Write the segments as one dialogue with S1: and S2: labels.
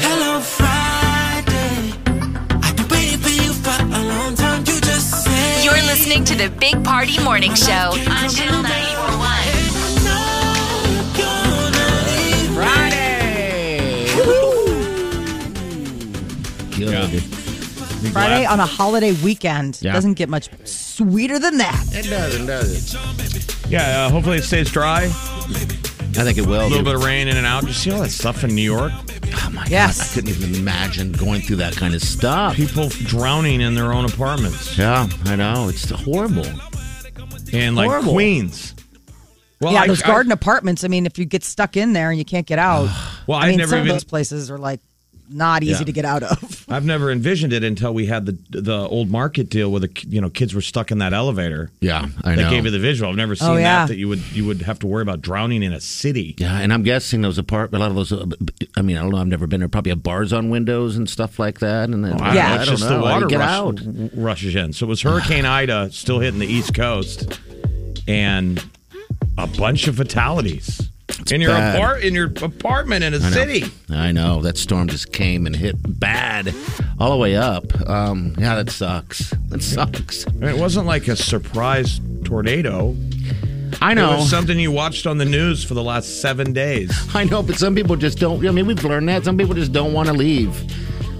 S1: Hello Friday. I've been waiting for you for a long time. You just say
S2: You're listening to the Big Party Morning Show on Channel 941.
S1: no, you're gonna leave.
S3: Friday.
S4: Good.
S3: Yeah.
S4: Be
S5: Friday
S4: glad-
S5: on a holiday weekend.
S4: Yeah.
S5: Doesn't get much sweeter than that.
S4: It doesn't, does it?
S3: Yeah, uh, hopefully it stays dry.
S4: I think it will.
S3: A little bit of rain in and out. You see all that stuff in New York?
S4: Oh my
S5: Yes.
S4: God, I couldn't even imagine going through that kind of stuff.
S3: People drowning in their own apartments.
S4: Yeah, I know. It's horrible.
S3: And like
S4: Horrible.
S3: Queens. Well,
S5: yeah,
S3: I-
S5: those
S3: I-
S5: garden apartments. I mean, if you get stuck in there and you can't get out,
S3: Well,
S5: I
S3: I've
S5: mean,
S3: never
S5: some
S3: even-
S5: of those places are like not easy
S4: Yeah.
S5: to get out of.
S3: I've never envisioned it until we had the the old market deal where the you know kids were stuck in that elevator.
S4: Yeah, I know.
S3: That gave you the visual. I've never seen
S5: Oh, yeah.
S3: that that you would you would have to worry about drowning in a city.
S4: yeah, and I'm guessing those apart, a lot of those. uh, b- I mean, I don't know. I've never been there. Probably have bars on windows and stuff like that. And then,
S3: Oh, I don't
S5: Yeah.
S3: know,
S4: I
S3: it's
S4: don't
S3: just
S4: know.
S3: the
S4: How do
S3: water
S4: you get
S3: rush-
S4: out.
S3: w- rushes in. So it was Hurricane Ida still hitting the East Coast, and a bunch of fatalities in your
S4: bad.
S3: apart in your apartment in a
S4: I know.
S3: city.
S4: I know that storm just came and hit bad, all the way up. Um, yeah, that sucks. That sucks.
S3: I mean, it wasn't like a surprise tornado.
S4: I
S3: It
S4: know.
S3: was something you watched on the news for the last seven days.
S4: I know, but some people just don't. I mean, we've learned that. Some people just don't want to leave.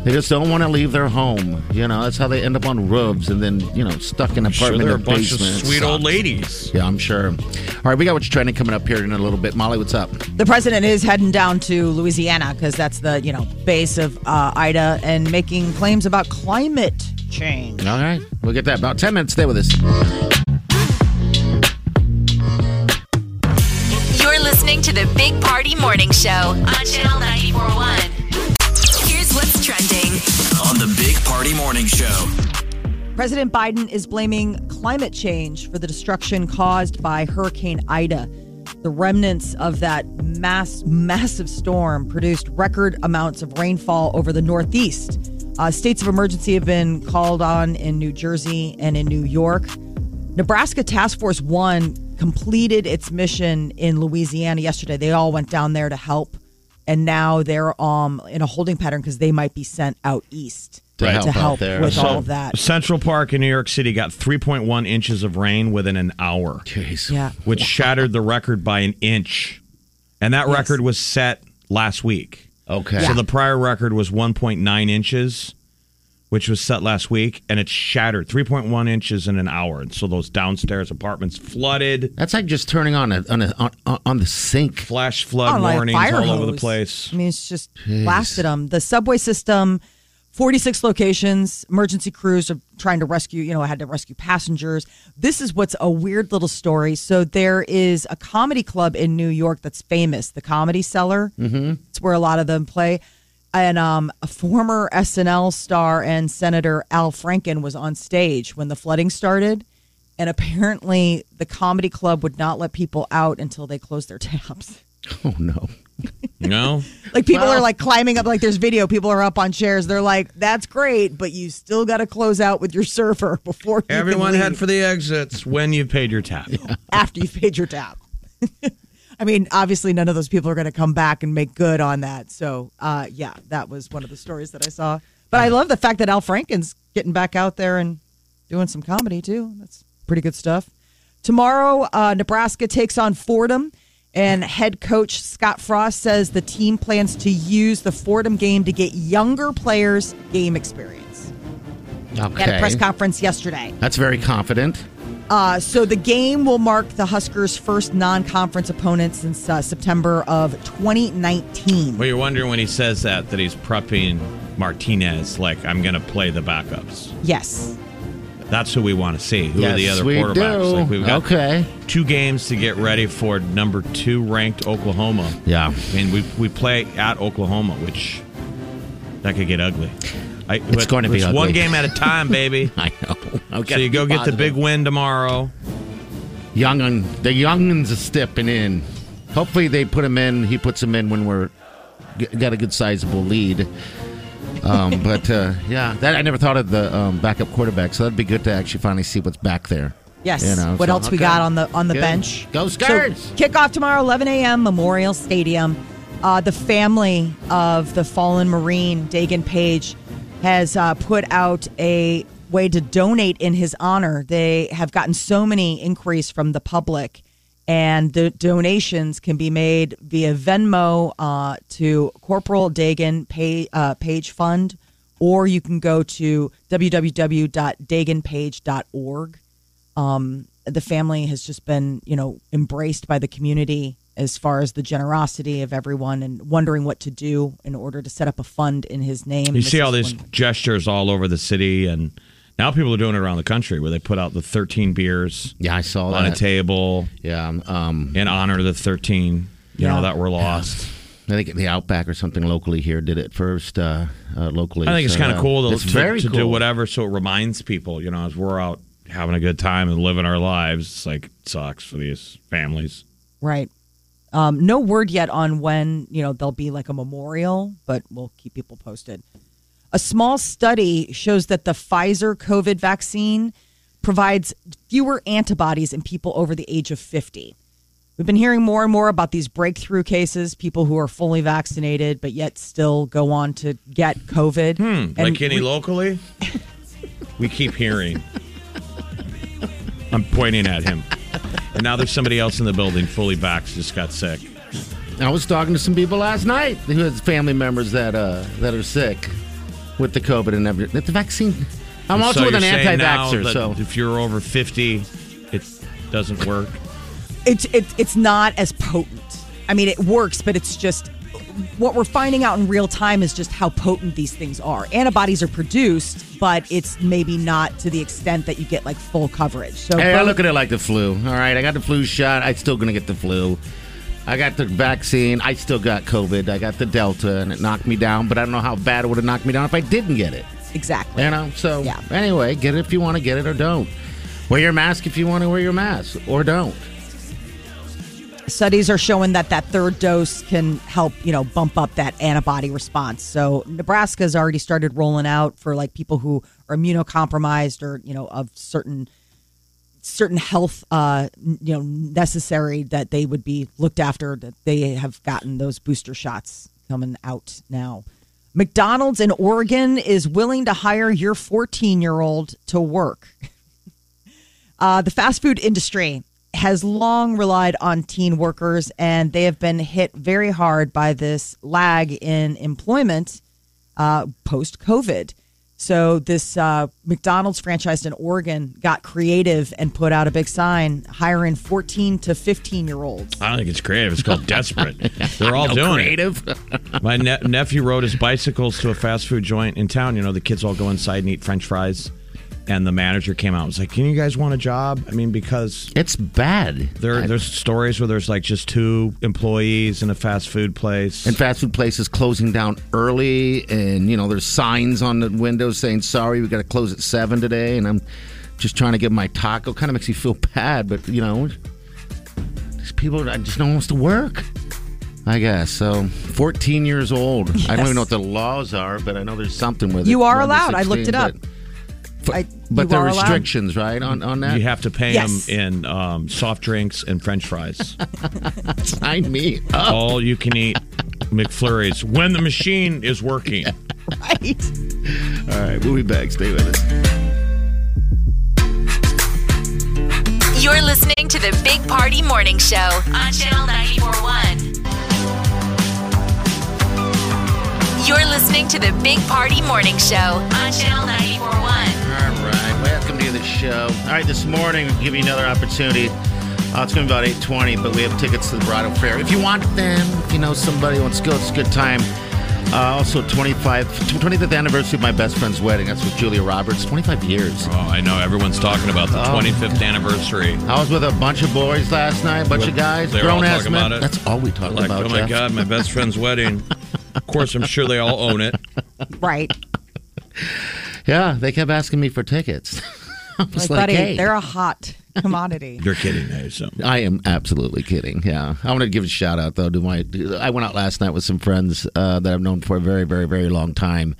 S4: They just don't want to leave their home. You know, that's how they end up on roofs and then, you know, stuck in
S3: Sure,
S4: apartment
S3: there are
S4: or
S3: a bunch of
S4: basement. It
S3: sweet old
S4: sucks.
S3: ladies.
S4: Yeah, I'm sure. All right, we got what's trending coming up here in a little bit. Molly, what's up?
S5: The president is heading down to Louisiana because that's the you know base of uh, Ida and making claims about climate change.
S4: All right, we'll get that. About 10 minutes. Stay with us.
S2: You're listening to the Big Party Morning Show on Channel 941. Here's what's trending.
S6: on the Big Party Morning Show.
S5: President Biden is blaming climate change for the destruction caused by Hurricane Ida. The remnants of that mass, massive storm produced record amounts of rainfall over the Northeast. Uh, states of emergency have been called on in New Jersey and in New York. Nebraska Task Force One completed its mission in Louisiana yesterday. They all went down there to help, and now they're um, in a holding pattern because they might be sent out east
S4: To help
S5: to
S4: out
S5: help
S4: there.
S5: with
S4: So-
S5: all of that.
S3: Central Park in New York City got 3.1 inches of rain within an hour,
S4: Jeez.
S5: Yeah.
S3: which shattered the record by an inch. And that record was set last week.
S4: Okay.
S3: So the prior record was 1.9 inches, which was set last week, and it's shattered 3.1 inches in an hour. And so those downstairs apartments flooded,
S4: That's like just turning on a, on, a, on, on the sink.
S3: flash flood
S5: Oh, like
S3: warnings
S5: fire
S3: all over the
S5: hose.
S3: place.
S5: I mean, it's just blasted them. The subway system, 46 locations, emergency crews are trying to rescue, you know, had to rescue passengers. This is what's a weird little story. So there is a comedy club in New York that's famous, the Comedy Cellar. Mm-hmm. It's where a lot of them play. And um, a former SNL star and Senator Al Franken was on stage when the flooding started. And apparently, the comedy club would not let people out until they closed their taps.
S4: Oh, no.
S3: You know?
S5: Like people are like climbing up. Like there's video. People are up on chairs. They're like, "That's great, but you still got to close out with your server before you
S3: Everyone
S5: can
S3: head
S5: leave
S3: for the exits when you've paid your tab.
S5: after you paid your tab." I mean, obviously, none of those people are going to come back and make good on that. So, uh, yeah, that was one of the stories that I saw. But I love the fact that Al Franken's getting back out there and doing some comedy too. That's pretty good stuff. Tomorrow, uh, Nebraska takes on Fordham, and head coach Scott Frost says the team plans to use the Fordham game to get younger players game experience.
S4: Okay.
S5: At a press conference yesterday.
S4: That's very confident.
S5: Uh, so the game will mark the Huskers' first non-conference opponent since uh, September of 2019.
S3: Well, you're wondering when he says that that he's prepping Martinez like I'm going to play the backups.
S5: Yes.
S3: That's who we want to see. Who are the
S4: Yes,
S3: other
S4: we
S3: quarterbacks?
S4: do.
S3: Like we've got
S4: Okay.
S3: two games to get ready for number two ranked Oklahoma.
S4: Yeah.
S3: I mean, we we play at Oklahoma, which That could get ugly. I, it's
S4: going to be
S3: it's one
S4: ugly.
S3: game at a time, baby.
S4: I know.
S3: so you go get the big win tomorrow.
S4: young un, the younguns are stepping in. Hopefully they put him in. He puts him in when we're g- got a good sizable lead. Um, but uh, yeah, that I never thought of the um, backup quarterback. So that'd be good to actually finally see what's back there.
S5: Yes.
S4: You know,
S5: what
S4: so,
S5: else we
S4: okay.
S5: got on the on the
S4: Good.
S5: bench?
S4: Go Scards!
S5: So, kickoff tomorrow, 11 a.m. Memorial Stadium. Uh, the family of the fallen Marine Dagan Page has uh, put out a way to donate in his honor. They have gotten so many inquiries from the public, and the donations can be made via Venmo uh, to Corporal Dagan Page, uh, Page Fund, or you can go to www.daganpage.org um, the family has just been, you know, embraced by the community as far as the generosity of everyone and wondering what to do in order to set up a fund in his name.
S3: You see
S5: is
S3: all these
S5: one-
S3: gestures all over the city, and now people are doing it around the country where they put out the 13 beers
S4: Yeah, I saw
S3: on a
S4: that.
S3: table
S4: yeah, um,
S3: in honor of the 13, you
S5: Yeah.
S3: know, that were lost.
S4: I think the Outback or something locally here did it first. Uh, uh, locally,
S3: I think it's
S4: So,
S3: kind of
S4: uh,
S3: cool though,
S4: It's
S3: to,
S4: very
S3: to
S4: cool.
S3: do whatever so it reminds people, you know, as we're out having a good time and living our lives, it's like it sucks for these families.
S5: right. Um, no word yet on when, you know, there'll be like a memorial, but we'll keep people posted. A small study shows that the Pfizer COVID vaccine provides fewer antibodies in people over the age of 50. We've been hearing more and more about these breakthrough cases, people who are fully vaccinated but yet still go on to get COVID.
S4: Hmm,
S5: And
S3: like any locally, we keep hearing. I'm pointing at him. And now there's somebody else in the building fully vaxxed, just got sick.
S4: I was talking to some people last night who has family members that uh, that are sick with the COVID and everything. The vaccine. I'm also
S3: So
S4: with an
S3: you're saying now
S4: anti-vaxxer,
S3: that
S4: so
S3: if you're over 50, it doesn't work.
S5: it's it's it's not as potent. I mean, it works, but it's just what we're finding out in real time is just how potent these things are. Antibodies are produced, but it's maybe not to the extent that you get like full coverage. So
S4: Hey, I
S5: both-
S4: look at it like the flu. All right, I got the flu shot. i still gonna get the flu. I got the vaccine. I still got COVID. I got the Delta, and it knocked me down. But I don't know how bad it would have knocked me down if I didn't get it.
S5: exactly.
S4: You know. So
S5: Yeah.
S4: anyway, get it if you want to get it or don't. Wear your mask if you want to wear your mask or don't.
S5: Studies are showing that that third dose can help, you know, bump up that antibody response. So Nebraska's already started rolling out for like people who are immunocompromised or, you know, of certain certain health uh n- you know necessary that they would be looked after that they have gotten those booster shots coming out now mcdonald's in oregon is willing to hire your 14 year old to work uh, the fast food industry has long relied on teen workers and they have been hit very hard by this lag in employment uh, post COVID. So, this uh, McDonald's franchise in Oregon got creative and put out a big sign hiring 14 to 15 year olds.
S3: I don't think it's creative. It's called desperate. They're all
S4: No
S3: doing it.
S4: creative.
S3: My ne- nephew rode his bicycles to a fast food joint in town. You know, the kids all go inside and eat French fries. And the manager came out and was like, "Can you guys want a job? I mean, because
S4: It's bad.
S3: there there's stories where there's like just two employees in a fast food place.
S4: and fast food places closing down early and you know there's signs on the windows saying sorry we got to close at seven today and i'm just trying to get my taco kind of makes you feel bad but you know these people I just no one wants to work i guess so 14 years old i don't
S5: Yes.
S4: even know what the laws are but i know there's something with it
S5: You are
S4: Under
S5: allowed. I looked it up.
S4: but-
S5: I-
S4: but,
S5: you
S4: there are
S5: are allowed.
S4: restrictions right on, on that
S3: you have to pay
S5: Yes.
S3: them in um, soft drinks and French fries.
S4: sign me up
S3: all you can eat McFlurries when the machine is working.
S5: Right?
S4: all right we'll be back stay with us
S2: You're listening to the Big Party Morning Show on Channel 941. You're listening to the Big Party Morning Show on Channel 941.
S4: All right, welcome to the show. All right, this morning we give you another opportunity. Uh, it's going to be about eight twenty, but we have tickets to the Bridal Fair. If you want them, if you know somebody wants to go, it's a good time. Uh, also, 25, 25th anniversary of my best friend's wedding. That's with Julia Roberts. Twenty five years.
S3: Oh, I know everyone's talking about the 25th anniversary.
S4: I was with a bunch of boys last night, a bunch of guys,
S3: They were all
S4: grown ass
S3: talking
S4: men.
S3: about it.
S4: That's all we talked
S3: Like,
S4: about.
S3: oh my
S4: Jeff.
S3: God, my best friend's wedding. Of course, I'm sure they all own it.
S5: right?
S4: Yeah, they kept asking me for tickets. I was
S5: Like,
S4: like,
S5: buddy,
S4: hey.
S5: they're a hot commodity.
S3: You're kidding me. So.
S4: I am absolutely kidding. Yeah, I want to give a shout out though to my. I went out last night with some friends uh, that I've known for a very, very, very long time,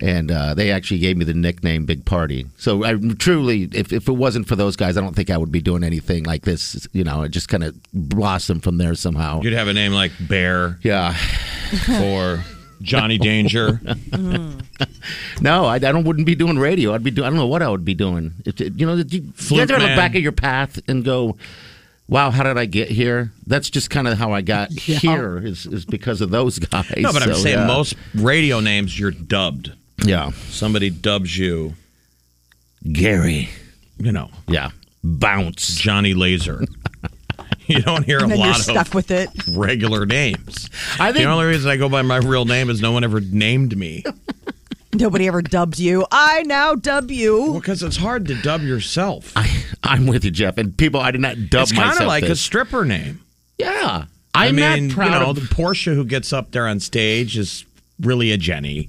S4: and uh, they actually gave me the nickname "Big Party." So I truly, if if it wasn't for those guys, I don't think I would be doing anything like this. You know, it just kind of blossomed from there somehow.
S3: You'd have a name like Bear
S4: Yeah.
S3: or Johnny Danger.
S4: No, I, I don't. Wouldn't be doing radio. I'd be doing. I don't know what I would be doing. If, it- you know, you, you
S3: Fluke
S4: guys ever look
S3: man.
S4: back at your path and go, "Wow, how did I get here?" That's just kind of how I got here is, is because of those guys.
S3: No, but I'm
S4: So,
S3: saying
S4: yeah.
S3: most radio names you're dubbed.
S4: Yeah,
S3: Somebody dubs you,
S4: Gary.
S3: you know,
S4: Yeah, bounce.
S3: Johnny Laser. you don't hear a
S5: And then you're
S3: lot
S5: stuck
S3: of
S5: with it.
S3: regular names.
S4: I
S3: The
S4: think-
S3: only reason I go by my real name is no one ever named me.
S5: Nobody ever dubbed you. I now dub
S3: Well,
S5: you.
S3: because it's hard to dub yourself.
S4: I, I'm with you, Jeff. And people, I did not dub
S3: It's
S4: myself.
S3: kind of like a
S4: this.
S3: stripper name.
S4: yeah.
S3: I
S4: I'm
S3: mean,
S4: not proud
S3: you know,
S4: of.
S3: the Portia who gets up there on stage is really a Jenny.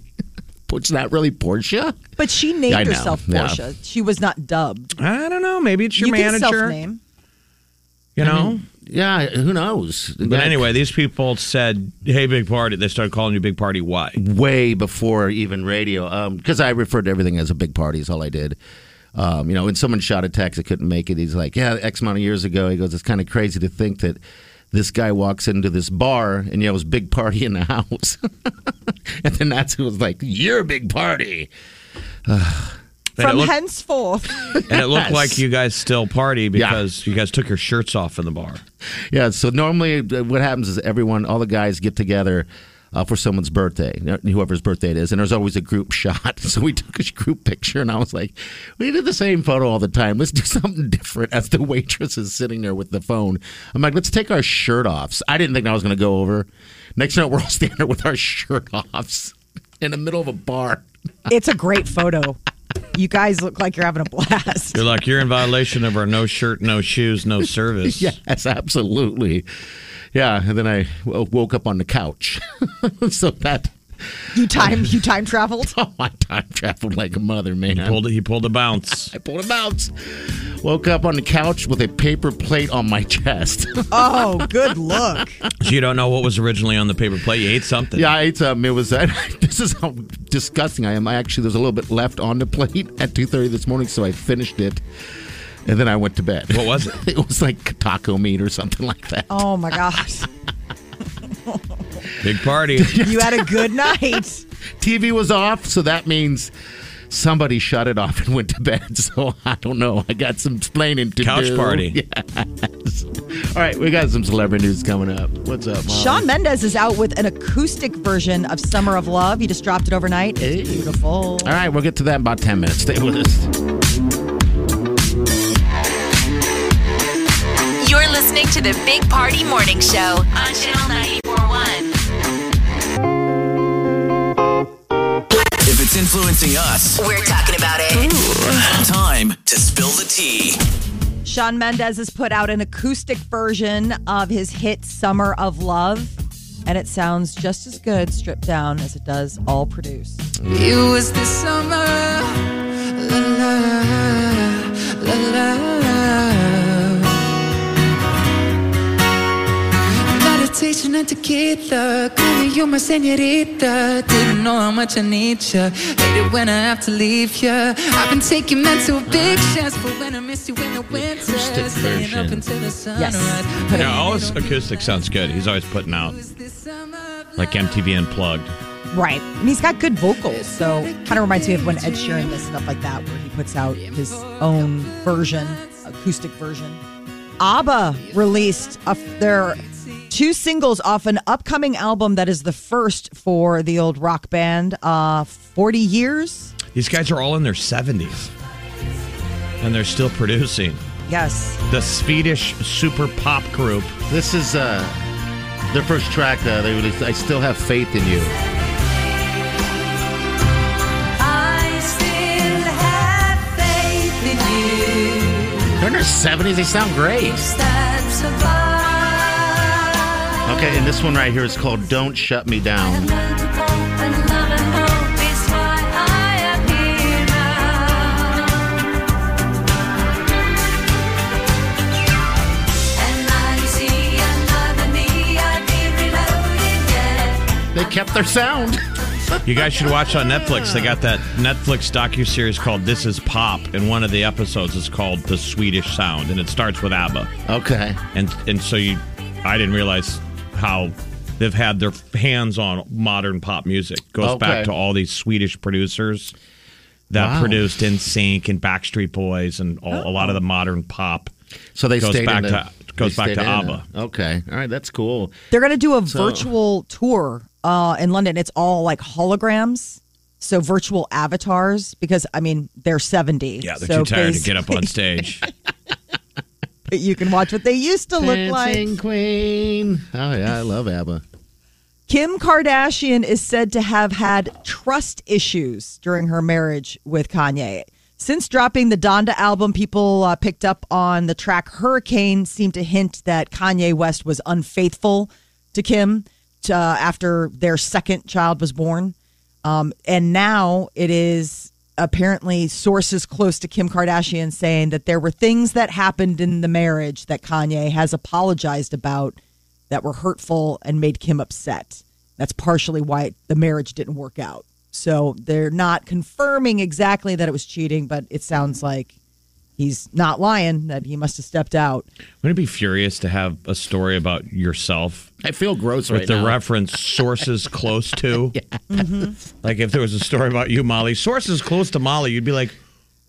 S4: It's not really Portia.
S5: But she named
S4: I know,
S5: herself
S4: yeah.
S5: Portia. She was not dubbed.
S3: I don't know. Maybe it's your
S5: you can
S3: manager.
S5: self-name.
S3: You know.
S4: Yeah, who knows?
S3: But anyway, these people said, "Hey, big party." They started calling you big party. Why?
S4: way before even radio, because I referred to everything as a big party. Is all I did. Um, you know, when someone shot a text, I couldn't make it. He's like, "Yeah, X amount of years ago." He goes, "It's kind of crazy to think that this guy walks into this bar and yells big party in the house," and then that's who was like, "You're a big party."
S3: And it,
S5: From
S3: looked,
S5: henceforth,
S3: and it looked
S4: Yes.
S3: like you guys still party because you guys took your shirts off in the bar.
S4: Yeah, so normally uh, what happens is everyone, all the guys get together uh, for someone's birthday, uh, whoever's birthday it is, and there's always a group shot. So we took a group picture, and I was like, we did the same photo all the time. Let's do something different as the waitress is sitting there with the phone. I'm like, let's take our shirt offs. I didn't think I was going to go over. Next night, we're all standing there with our shirt offs in the middle of a bar.
S5: it's a great photo. You guys look like you're having a blast.
S3: You're like, you're in violation of our no shirt, no shoes, no service.
S4: Yes, absolutely. Yeah, and then I w- woke up on the couch. so that.
S5: You time you time traveled.
S4: Oh, I time traveled like a mother, man.
S3: Pulled it, he pulled a bounce.
S4: I pulled him out. Woke up on the couch with a paper plate on my chest.
S5: Oh, good look.
S3: So you don't know what was originally on the paper plate. You ate something.
S4: yeah, I ate something. It was uh, this is how disgusting I am. I actually there's a little bit left on the plate at two thirty this morning, so I finished it, and then I went to bed.
S3: What was it?
S4: It was like taco meat or something like that.
S5: Oh my gosh.
S3: Big party.
S5: You had a good night.
S4: TV was off, so that means somebody shut it off and went to bed. So I don't know. I got some explaining to
S3: Couch
S4: do.
S3: party.
S4: Yes. All right, we got some celebrity news coming up. What's up, Molly?
S5: Sean Mendez is out with an acoustic version of Summer of Love. He just dropped it overnight. It's
S4: Hey.
S5: beautiful.
S4: All right, we'll get to that in about 10 minutes. Stay with us.
S2: You're listening to the Big Party Morning Show on Channel 941.
S6: If it's influencing us,
S2: We're talking about it.
S6: time to spill the tea.
S5: Sean Mendez has put out an acoustic version of his hit Summer of Love, and it sounds just as good stripped down as it does all produced.
S7: It was the summer. La la la la la. Meditation and tequila. Calling you my senorita. Didn't know how much I need ya. Hate it when I have to leave ya. I've been taking mental pictures for when I miss you in the winter.
S4: acoustic
S7: Staying up
S4: version.
S7: until the sunrise.
S5: Yes.
S3: Yeah, all his acoustic sounds good. He's always putting out like MTV Unplugged.
S5: Right. And he's got good vocals, so kind of reminds me of when Ed Sheeran does stuff like that, where he puts out his own version, acoustic version. ABBA released a, their two singles off an upcoming album that is the first for the old rock band, uh, 40 years.
S3: These guys are all in their 70s and they're still producing.
S5: Yes.
S3: The Swedish super pop group.
S4: This is uh, their first track that they released. I still have faith in you. They're in their 70s. They sound great. Okay, and this one right here is called Don't Shut Me Down.
S8: Hope and love and hope in
S4: their sound.
S3: You guys should watch on Netflix. They got that Netflix docu series called "This Is Pop," and one of the episodes is called "The Swedish Sound," and it starts with ABBA.
S4: Okay.
S3: and and so you, I didn't realize how they've had their hands on modern pop music. Goes
S4: Okay.
S3: back to all these Swedish producers that
S4: Wow.
S3: produced In Sync and Backstreet Boys and all, a lot of the modern pop.
S4: So they
S3: Goes
S4: stayed
S3: back
S4: in the,
S3: to- goes
S4: they
S3: back to
S4: stayed in it.
S3: ABBA.
S4: Okay. All right. That's cool.
S5: They're going to do a virtual tour uh, in London. It's all like holograms, so virtual avatars. Because I mean, they're seventy.
S3: Yeah, they're
S5: so
S3: too tired to get up on
S5: basically
S3: stage.
S5: You can watch what they used to look like.
S4: Dancing Queen. Oh yeah, I love ABBA.
S5: Kim Kardashian is said to have had trust issues during her marriage with Kanye. Since dropping the Donda album, people uh, picked up on the track Hurricane seemed to hint that Kanye West was unfaithful to Kim uh, after their second child was born. Um, and now it is apparently sources close to Kim Kardashian saying that there were things that happened in the marriage that Kanye has apologized about that were hurtful and made Kim upset. That's partially why the marriage didn't work out. So they're not confirming exactly that it was cheating, but it sounds like he's not lying, that he must have stepped out.
S3: Wouldn't it be furious to have a story about yourself
S4: I feel gross
S3: with
S4: right
S3: the
S4: now.
S3: reference sources close to?
S4: Mm-hmm.
S3: Like if there was a story about you, Molly, sources close to Molly, you'd be like,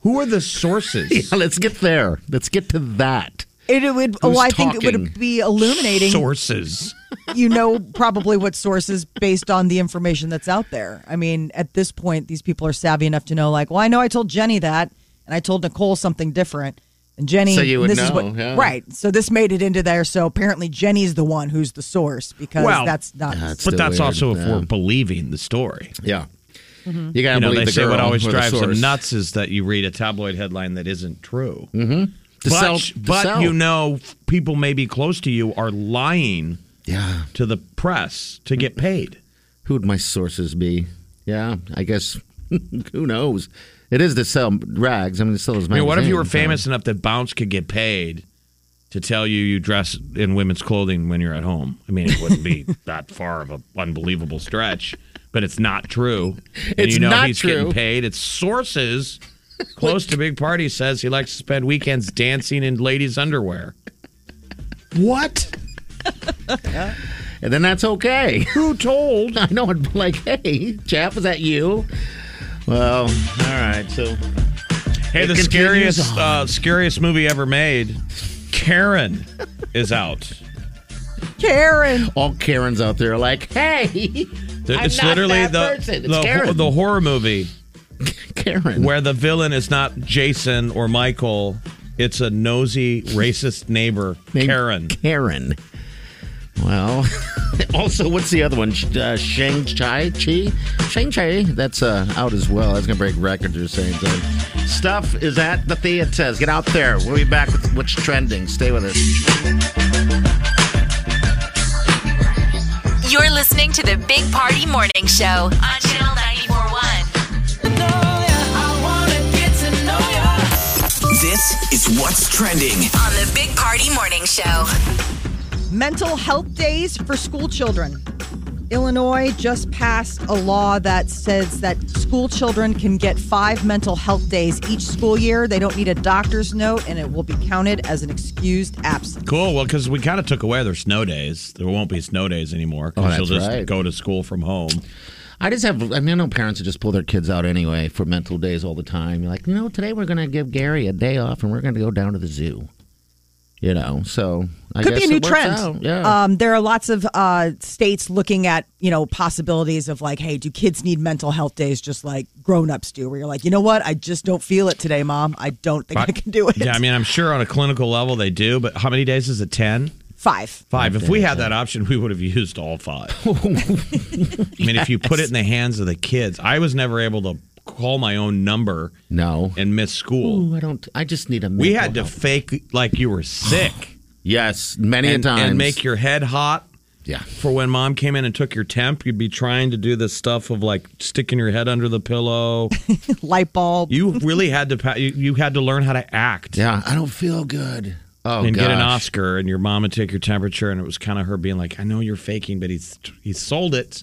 S3: who are the sources?
S4: Yeah, let's get there. Let's get to that.
S5: It, it would,
S4: Who's
S5: well, I think it
S4: talking?
S5: would be illuminating.
S3: Sources.
S5: you know probably what sources based on the information that's out there. I mean, at this point, these people are savvy enough to know, like, well, I know I told Jenny that, and I told Nicole something different. And Jenny,
S4: So you would
S5: this is
S4: know,
S5: what,
S4: yeah.
S5: right? So this made it into there. So apparently, Jenny's the one who's the source because
S3: Well-
S5: that's not.
S4: That's-
S3: But
S4: Still
S3: that's
S4: weird,
S3: also if
S4: yeah.
S3: we're believing the story.
S4: Yeah.
S5: Mm-hmm.
S4: You gotta
S3: You know,
S4: believe
S3: they
S4: the
S3: say
S4: girl
S3: what always
S4: or the
S3: drives them
S4: source.
S3: nuts is that you read a tabloid headline that isn't true.
S4: Mm-hmm.
S3: but
S4: To sell- to
S3: but
S4: sell.
S3: you know, people maybe close to you are lying
S4: Yeah.
S3: to the press to get
S4: Mm-hmm.
S3: paid.
S4: Who would my sources be? Yeah, I guess. who knows? It is to sell rags. I mean, it still is.
S3: I mean, what if you were
S4: magazine, so-
S3: famous enough that Bounce could get paid to tell you you dress in women's clothing when you're at home? I mean, it wouldn't be that far of an unbelievable stretch, but it's not true. And
S4: It's
S3: you know
S4: not
S3: he's
S4: true.
S3: getting paid. It's sources close to Big Party says he likes to spend weekends dancing in ladies' underwear.
S4: What? and then that's okay.
S3: Who told?
S4: I know. I'd be like, hey, Jeff, is that you? Well, all right. So
S3: Hey,
S4: It
S3: the
S4: continues
S3: scariest
S4: on.
S3: uh, scariest movie ever made, Karen, is out.
S5: Karen,
S4: all Karens out there are like, hey,
S3: Th-
S4: I'm not that
S3: the
S4: person. It's
S3: the,
S4: Karen.
S3: ho- the horror movie
S4: Karen.
S3: where the villain is not Jason or Michael. It's a nosy, racist neighbor,
S4: Named
S3: Karen.
S4: Karen. Well, also, what's the other one? Sh- Uh, Shang Chai Chi? Shang Chai. That's uh, out as well. That's going to break records or saying something. Stuff is at the theaters. Get out there. We'll be back with what's trending. Stay with us.
S2: You're listening to the Big Party Morning Show on Channel 941.
S6: This is what's trending.
S2: On the Big Party Morning Show.
S5: mental health days for school children. Illinois just passed a law that says that school children can get five mental health days each school year. They don't need a doctor's note, and it will be counted as an excused absence.
S3: Cool. Well, because we kind of took away their snow days. There won't be snow days anymore
S4: Oh,
S3: because
S4: that's
S3: you'll just
S4: right.
S3: go to school from home.
S4: I just have, I mean, I know parents that just pull their kids out anyway for mental days all the time. You're like, no, today we're going to give Gary a day off and we're going to go down to the zoo. You know, so I
S5: could
S4: guess
S5: be a new
S4: it works
S5: trend.
S4: out. Yeah.
S5: Um, there are lots of uh, states looking at you know possibilities of like, hey, do kids need mental health days just like grown ups do? Where you're like, you know what, I just don't feel it today, mom. I don't think I, can do it.
S3: Yeah, I mean, I'm sure on a clinical level they do, but how many days is it? 10?
S5: five.
S3: Five. If we had that option, we would have used all five. I mean, if you put it in the hands of the kids, I was never able to call my own number
S4: no.
S3: and miss school.
S4: Ooh, I don't, I just need a
S3: we
S4: mental
S3: had to
S4: health.
S3: fake like you were sick
S4: Yes, many
S3: and,
S4: a times.
S3: and make your head hot
S4: yeah.
S3: for when mom came in and took your temp. You'd be trying to do this stuff of like sticking your head under the pillow.
S5: Light bulb.
S3: you really had to pa- you, you had to learn how to act.
S4: Yeah, I don't feel good. Oh,
S3: and get an
S4: gosh.
S3: Oscar, and your mom would take your temperature, and it was kind of her being like, "I know you're faking, but he's he sold it."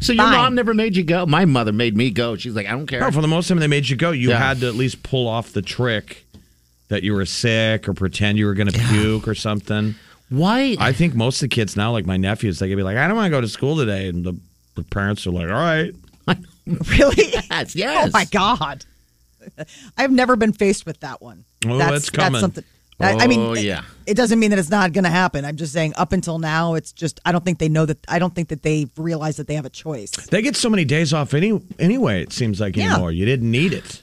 S4: So your
S5: Fine.
S4: mom never made you go. My mother made me go. She's like, I don't care.
S3: No, Oh, for the most time they made you go, you
S4: Yeah.
S3: had to at least pull off the trick that you were sick or pretend you were going to puke or something.
S4: Why?
S3: I think most of the kids now, like my nephews, they could be like, I don't want to go to school today. And the, the parents are like, all right.
S5: Really?
S4: yes, yes.
S5: Oh my God. I've never been faced with that one.
S3: Oh, it's coming.
S5: That's something. I, I mean,
S4: Oh,
S5: it-
S4: yeah.
S5: It, doesn't mean that it's not going to happen. I'm just saying, up until now, it's just I don't think they know that. I don't think that they realize that they have a choice.
S3: They get so many days off any anyway, it seems like
S5: Yeah.
S3: anymore. You didn't need it.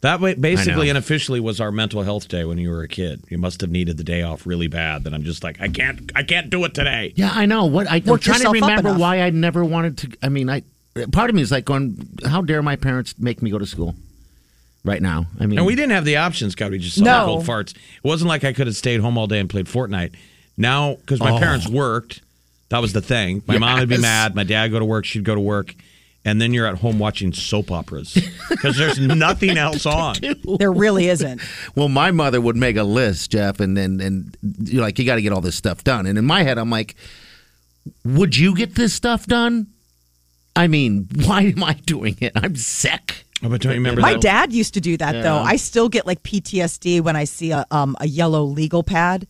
S3: That way, basically
S4: know.
S3: and officially was our mental health day when you were a kid. You must have needed the day off really bad. That I'm just like, I can't, I can't do it today.
S4: Yeah, I know. What I, I'm
S5: Work
S4: trying to
S5: yourself up
S4: remember
S5: enough.
S4: why I never wanted to. I mean, I part of me is like going, how dare my parents make me go to school right now? I mean,
S3: And we didn't have the options, God. We just saw
S5: No.
S3: cold farts. It wasn't like I could have stayed home all day and played Fortnite. Now, because
S5: Oh.
S3: my parents worked, that was the thing. My mom would be
S4: Yes.
S3: mad. My dad would go to work. She'd go to work, and then you're at home watching soap operas because there's nothing else on.
S5: There really isn't.
S4: Well, my mother would make a list, Jeff, and then and you're like, you got to get all this stuff done. And in my head, I'm like, would you get this stuff done? I mean, why am I doing it? I'm sick.
S3: Oh, but don't you remember
S5: My
S3: that?
S5: dad used to do that though. I still get like PTSD when I see a um a yellow legal pad.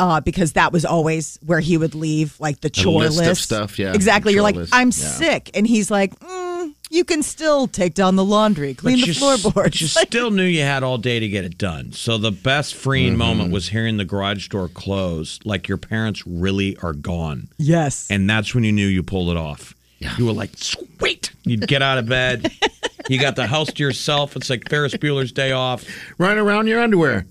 S5: Uh, because that was always where he would leave like the chore
S4: list of stuff, yeah,
S5: exactly.
S4: the
S5: You're
S4: chore
S5: like,
S4: list,
S5: I'm
S4: yeah.
S5: sick, and he's like, mm, you can still take down the laundry, clean the
S3: you s-
S5: floorboards.
S3: You still knew you had all day to get it done. So the best freeing
S5: Mm-hmm.
S3: moment was hearing the garage door close, like your parents really are gone.
S5: yes,
S3: And that's when you knew you pulled it off. You were like, sweet. You'd get out of bed. you got the house to yourself. It's like Ferris Bueller's day off.
S4: Running around in your underwear.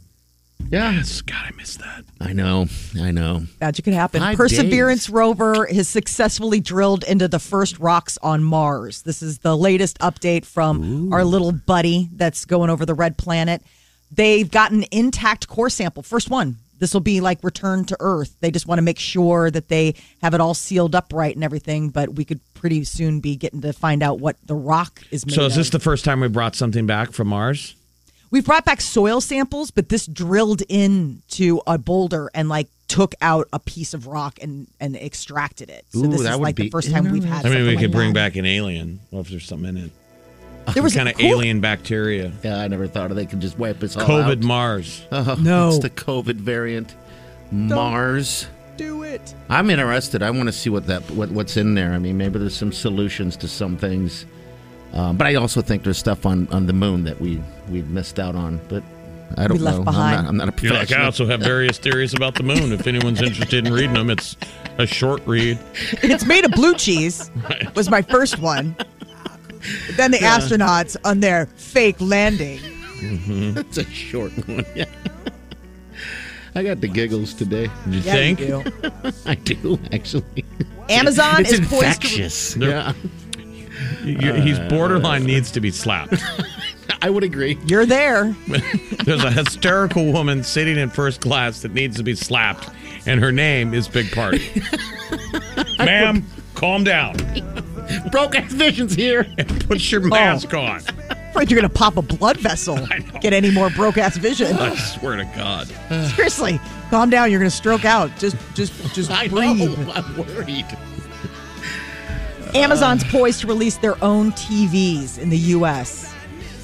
S4: Yeah,
S3: Yes, God, I miss that.
S4: I know. I know.
S5: magic could happen.
S4: Five
S5: Perseverance rover has successfully drilled into the first rocks on Mars. This is the latest update from our little buddy that's going over the red planet. They've got an intact core sample, first one. This will be like return to Earth. They just want to make sure that they have it all sealed up right and everything. But we could pretty soon be getting to find out what the rock is made
S3: So is
S5: of.
S3: this the first time we brought something back from Mars?
S5: We've brought back soil samples, but this drilled into a boulder and like took out a piece of rock and and extracted it. So
S4: Ooh,
S5: this
S4: that
S5: is
S4: would
S5: like the
S4: be
S5: first time we've had.
S3: I mean, we
S5: something
S3: could
S5: like
S3: bring
S5: that.
S3: back an alien. What if there's something in it?
S5: there was
S3: Kind of
S5: cool-
S3: alien bacteria.
S4: Yeah, I never thought of they could just wipe us all
S3: COVID
S4: out.
S3: Mars.
S4: no, it's the COVID variant. Mars.
S5: Do it.
S4: I'm interested. I want to see what that what, what's in there. I mean, maybe there's some solutions to some things, um, but I also think there's stuff on, on the moon that we we missed out on. But I don't
S5: We left
S4: know. I'm,
S5: behind.
S4: not, I'm not a
S3: You're like, I
S4: professional.
S3: also have various theories about the moon. If anyone's interested in reading them, it's a short read.
S5: It's made of blue cheese. Was my first one. Then the astronauts on their fake landing.
S4: it's a short one. Yeah. I got the giggles today.
S3: You
S5: Yeah,
S3: think?
S5: you do.
S4: I do actually.
S5: Amazon
S4: it's
S5: is poised to
S4: infectious.
S3: They're-
S4: yeah,
S3: You- He's borderline needs to be slapped.
S4: I would agree.
S5: You're there.
S3: There's a hysterical woman sitting in first class that needs to be slapped, and her name is Big Party. Ma'am, calm down.
S4: Broke ass visions here.
S3: Put
S5: Oh.
S3: your mask on.
S5: Afraid you're gonna pop a blood vessel. Get any more broke ass vision.
S3: I swear to God.
S5: Seriously, calm down. You're gonna stroke out. Just, just, just
S4: I
S5: breathe.
S4: know. I'm worried.
S5: Amazon's poised to release their own TVs in the U.S.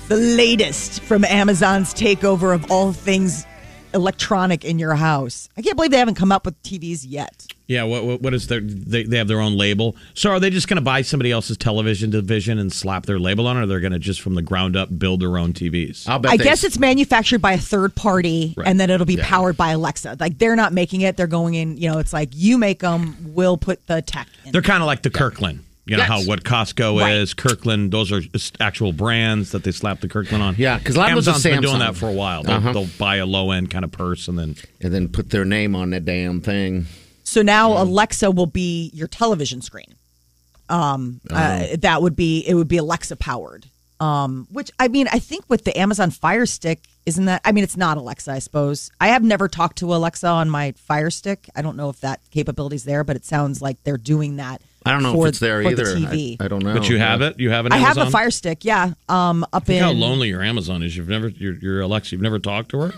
S5: The latest from Amazon's takeover of all things electronic in your house. I can't believe they haven't come up with TVs yet.
S3: Yeah, what, what, what is their, they, they have their own label. So are they just going to buy somebody else's television division and slap their label on it, or they're going to just from the ground up build their own TVs?
S4: I'll bet
S5: I
S4: they-
S5: guess it's manufactured by a third party,
S3: Right.
S5: and then it'll be powered by Alexa. Like they're not making it; they're going in. You know, it's like you make them. We'll put the tech. in.
S3: They're kind of like the Kirkland. You know
S4: Yes.
S3: how what Costco
S5: Right.
S3: is, Kirkland. Those are just actual brands that they slap the Kirkland on.
S4: Yeah, 'cause a lot of those are
S3: Amazon's been doing
S4: Samsung.
S3: that for a while. They'll,
S4: Uh-huh.
S3: they'll buy a low end kind of purse and then
S4: and then put their name on that damn thing.
S5: So now Alexa will be your television screen. Um, uh,
S4: Oh.
S5: that would be it would be Alexa powered. Um, which I mean, I think with the Amazon Fire Stick, isn't that? I mean, it's not Alexa, I suppose. I have never talked to Alexa on my Fire Stick. I don't know if that capability's there, but it sounds like they're doing that
S4: I don't know
S5: for-
S4: if it's there
S5: for
S4: either.
S5: The TV.
S4: I, I don't know.
S3: But you have it. You have an.
S5: I have
S3: Amazon?
S5: a Fire Stick, yeah. Um, up in
S3: Look how lonely your Amazon is. You've never your your Alexa. You've never talked to her.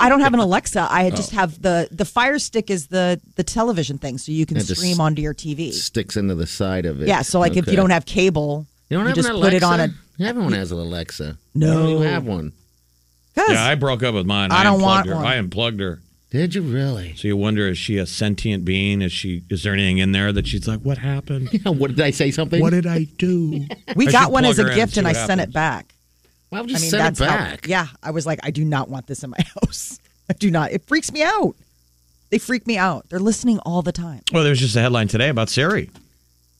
S5: I don't have an Alexa.
S4: Oh.
S5: I just have the the Fire Stick is the the television thing, so you can
S4: just-
S5: stream onto your TV.
S4: Sticks into the side of it.
S5: yeah, so like if you
S4: Okay.
S5: don't have cable,
S4: you don't have
S5: just
S4: an
S5: put it on a
S4: Alexa? Everyone has an Alexa.
S5: No.
S4: you don't have one.
S5: because
S3: Yeah, I broke up with mine.
S5: I don't want
S3: unplugged her.
S5: one.
S3: I unplugged her.
S4: Did you really?
S3: So you wonder is she a sentient being? Is she is there anything in there that she's like, what happened?
S4: what did I say? Something?
S3: What did I do?
S5: we
S3: I
S5: got
S3: should
S5: one
S3: plug
S5: as a
S3: her in
S5: gift
S3: and
S5: and
S3: see
S5: I
S3: what
S5: sent
S3: happens.
S5: it back.
S4: Why would you
S5: I mean,
S4: send
S5: that's
S4: it back?
S5: how. Yeah, I was like, I do not want this in my house. I do not. It freaks me out. They freak me out. They're listening all the time.
S3: Well, there was just a headline today about Siri,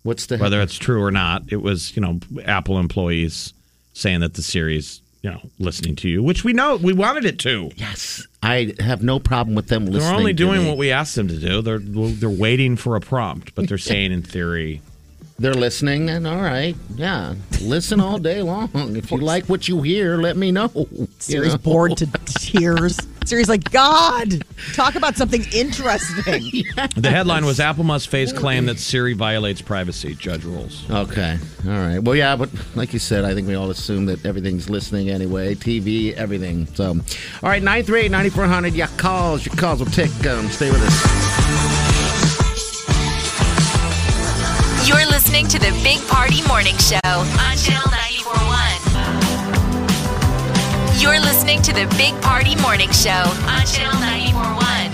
S4: What's the
S3: whether it's true or not. It was you know Apple employees saying that the Siri's you know listening to you, which we know we wanted it to.
S4: Yes, I have no problem with them listening.
S3: They're only
S4: to
S3: doing
S4: me.
S3: what we asked them to do. They're they're waiting for a prompt, but they're saying in theory.
S4: They're listening, and all right, yeah, listen all day long. If you like what you hear, let me know. You
S5: Siri's
S4: know?
S5: bored to tears. Siri's like, God, talk about something interesting.
S3: The headline was Apple must face claim that Siri violates privacy judge rules.
S4: Okay, all right. Well, yeah, but like you said, I think we all assume that everything's listening anyway. TV, everything. So, all right, nine three eight ninety four hundred. Your calls, your calls will take. Um, stay with us.
S2: You're listening to the Big Party Morning Show on Channel 941. You're listening to the Big Party Morning Show on Channel 941.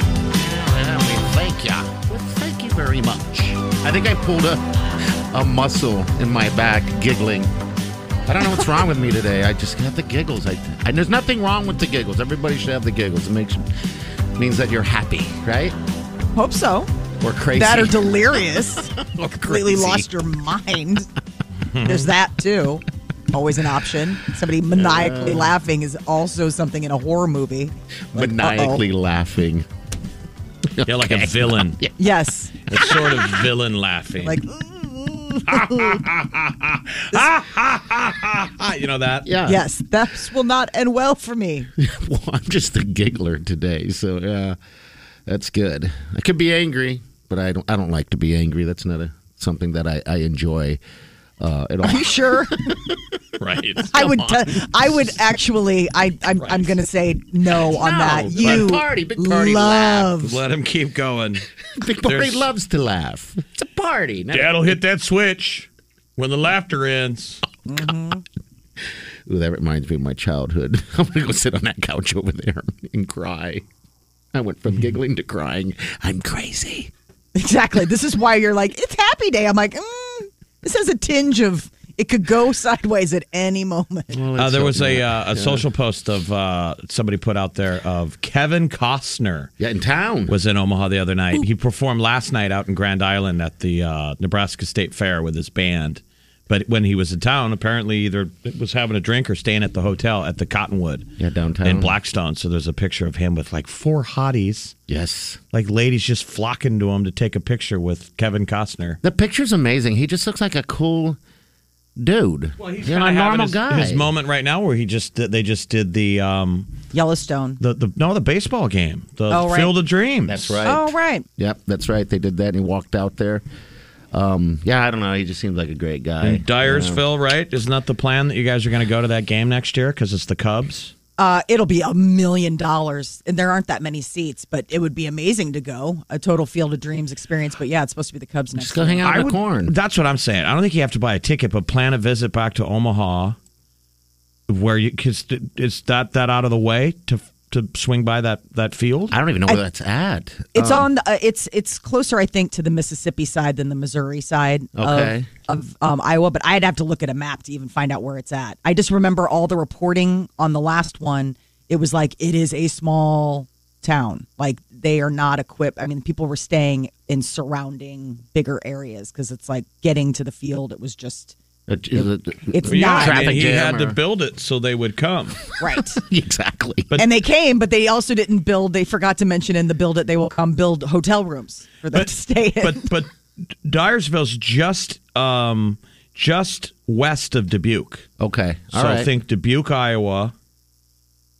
S4: Yeah, we thank you. Well, thank you very much. I think I pulled a a muscle in my back giggling. I don't know what's wrong with me today. I just have the giggles. I and there's nothing wrong with the giggles. Everybody should have the giggles. It makes means that you're happy, right?
S5: Hope so.
S4: Or crazy.
S5: That or delirious.
S4: Or
S5: completely
S4: crazy.
S5: lost your mind. There's that too. Always an option. Somebody
S4: Uh.
S5: maniacally laughing is also something in a horror movie. Like,
S4: maniacally laughing.
S3: Yeah, like a villain.
S5: uh-oh. Yes.
S3: It's sort of villain laughing.
S5: Like
S3: ah, you know that?
S4: Yeah.
S5: yes, that will not end well for me.
S4: Well, I'm just a giggler today, so yeah, that's good. I could be angry, but I don't. I don't like to be angry. That's not a, something that I, I enjoy uh, at all.
S5: You sure?
S3: Right.
S5: I would. T- I would actually. I. I'm. I'm going to say no on
S4: No,
S5: that.
S4: big
S5: You
S4: party, big party
S5: love.
S3: Let him keep going.
S4: Big Party
S3: There's-
S4: loves to laugh. It's a party. not-
S3: Dad'll hit that switch when the laughter ends.
S4: Ooh, that reminds me of my childhood. I'm gonna go sit on that couch over there and cry. I went from giggling to crying. I'm crazy.
S5: Exactly. This is why you're like it's happy day. I'm like mm, this has a tinge of it could go sideways at any moment.
S3: Uh, there was a, uh, a social post of uh, somebody put out there of Kevin Costner
S4: Yeah, in town.
S3: was in Omaha the other night. He performed last night out in Grand Island at the uh, Nebraska State Fair with his band. But when he was in town, apparently either was having a drink or staying at the hotel at the Cottonwood
S4: Yeah, downtown.
S3: in Blackstone. So there's a picture of him with like four hotties,
S4: yes.
S3: like ladies just flocking to him to take a picture with Kevin Costner.
S4: The picture's amazing. He just looks like a cool dude. Well,
S3: He's
S4: you know, a
S3: kinda having
S4: normal
S3: his,
S4: guy.
S3: His moment right now, where he just they just did the um
S5: Yellowstone.
S3: the, the no the baseball game, the
S5: Oh, right.
S3: Field of Dreams.
S4: That's right.
S5: Oh right.
S4: Yep, that's right. They did that, and he walked out there. Um, yeah, I don't know. He just seems like a great guy.
S3: And Dyersville, right? Isn't that the plan that you guys are going to go to that game next year because it's the Cubs?
S5: Uh, it'll be a million dollars, and there aren't that many seats, but it would be amazing to go. A total Field of Dreams experience. But yeah, it's supposed to be the Cubs next.
S4: Just go hang out with
S3: would-
S4: corn.
S3: That's what I'm saying. I don't think you have to buy a ticket, but plan a visit back to Omaha, where you because it's that that out of the way to to swing by that that field.
S4: I don't even know where that's at.
S5: It's on. The, uh, it's it's closer, I think, to the Mississippi side than the Missouri side
S4: Okay.
S5: of, of um, Iowa. But I'd have to look at a map to even find out where it's at. I just remember all the reporting on the last one. It was like it is a small town. Like they are not equipped. I mean, people were staying in surrounding bigger areas because it's like getting to the field. It was just
S4: It- is it-
S5: it's
S3: Well, yeah,
S5: not
S3: I mean,
S4: Traffic
S3: he
S4: jam
S3: had to
S4: or-
S3: build it so they would come.
S5: right.
S4: exactly. But
S5: and they came, but they also didn't build. They forgot to mention in the build it they will come build hotel rooms for them to stay in.
S3: but but Dyersville's just um just west of Dubuque.
S4: okay, all
S3: so
S4: right.
S3: think Dubuque, Iowa,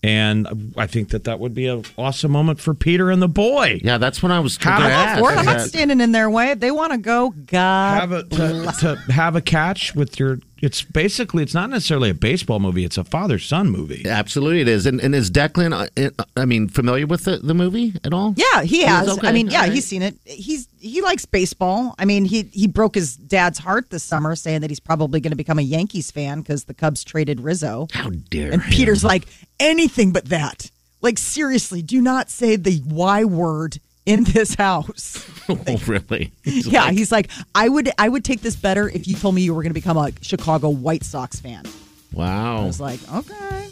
S3: And I think that that would be an awesome moment for Peter and the boy.
S4: Yeah, that's when I was.
S3: How-
S4: gonna ask.
S5: We're not
S4: Yeah.
S5: standing in their way. If they want to go, God.
S3: Have a, to, to have a catch with your. It's basically it's not necessarily a baseball movie. It's a father son movie.
S4: Absolutely, it is. And, and is Declan, uh, uh, I mean, familiar with the, the movie at all?
S5: Yeah, he has.
S4: okay.
S5: I mean, yeah,
S4: All right.
S5: he's seen it. He's he likes baseball. I mean, he he broke his dad's heart this summer, saying that he's probably going to become a Yankees fan because the Cubs traded Rizzo.
S4: How dare
S5: And
S4: him.
S5: Peter's like, anything but that. Like seriously, do not say the Y word in this house.
S4: Oh, really?
S5: yeah, he's like, I would I would take this better if you told me you were going to become a Chicago White Sox fan. I
S4: Wow.
S5: was like, okay.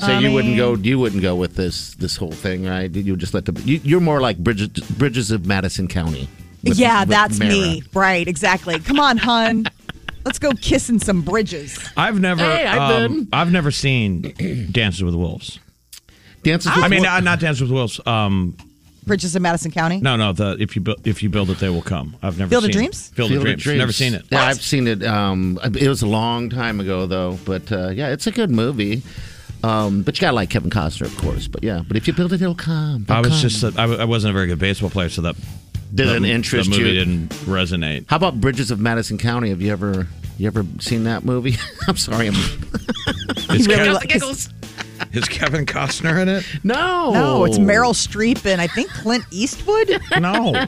S4: So you wouldn't go. You wouldn't go with this this whole thing, right? You would just let the. You, you're more like Bridges, Bridges of Madison County. with-
S5: yeah,
S4: with
S5: that's
S4: Mara.
S5: me. Right, exactly. Come on, hun. Let's go kissing some bridges.
S3: I've never
S4: Hey, I've
S3: um,
S4: been.
S3: I've never seen Dances with Wolves.
S4: Dances. With
S3: I mean,
S4: Wolves-
S3: not, not Dances with Wolves. Um,
S5: Bridges in Madison County.
S3: no, no. The if you build if you build it, they will come. I've never
S5: Field of
S3: seen it.
S5: Dreams?
S3: Field, of Dreams. Never seen it.
S4: Yeah, I've seen it. Um, it was a long time ago though, but uh, yeah, it's a good movie. Um, but you gotta like Kevin Costner, of course. But yeah, but if you build it, it'll come.
S3: I was
S4: It'll
S3: just uh,
S4: come.
S3: I w- I wasn't a very good baseball player, so that
S4: didn't
S3: that-
S4: interest
S3: that movie
S4: you.
S3: didn't resonate.
S4: How about Bridges of Madison County? Have you ever you ever seen that movie? I'm sorry, I'm
S3: Is,
S5: really
S3: Kev-
S5: like-
S4: giggles.
S3: is Kevin Costner in it?
S4: No,
S5: No, it's Meryl Streep and I think Clint Eastwood.
S3: No.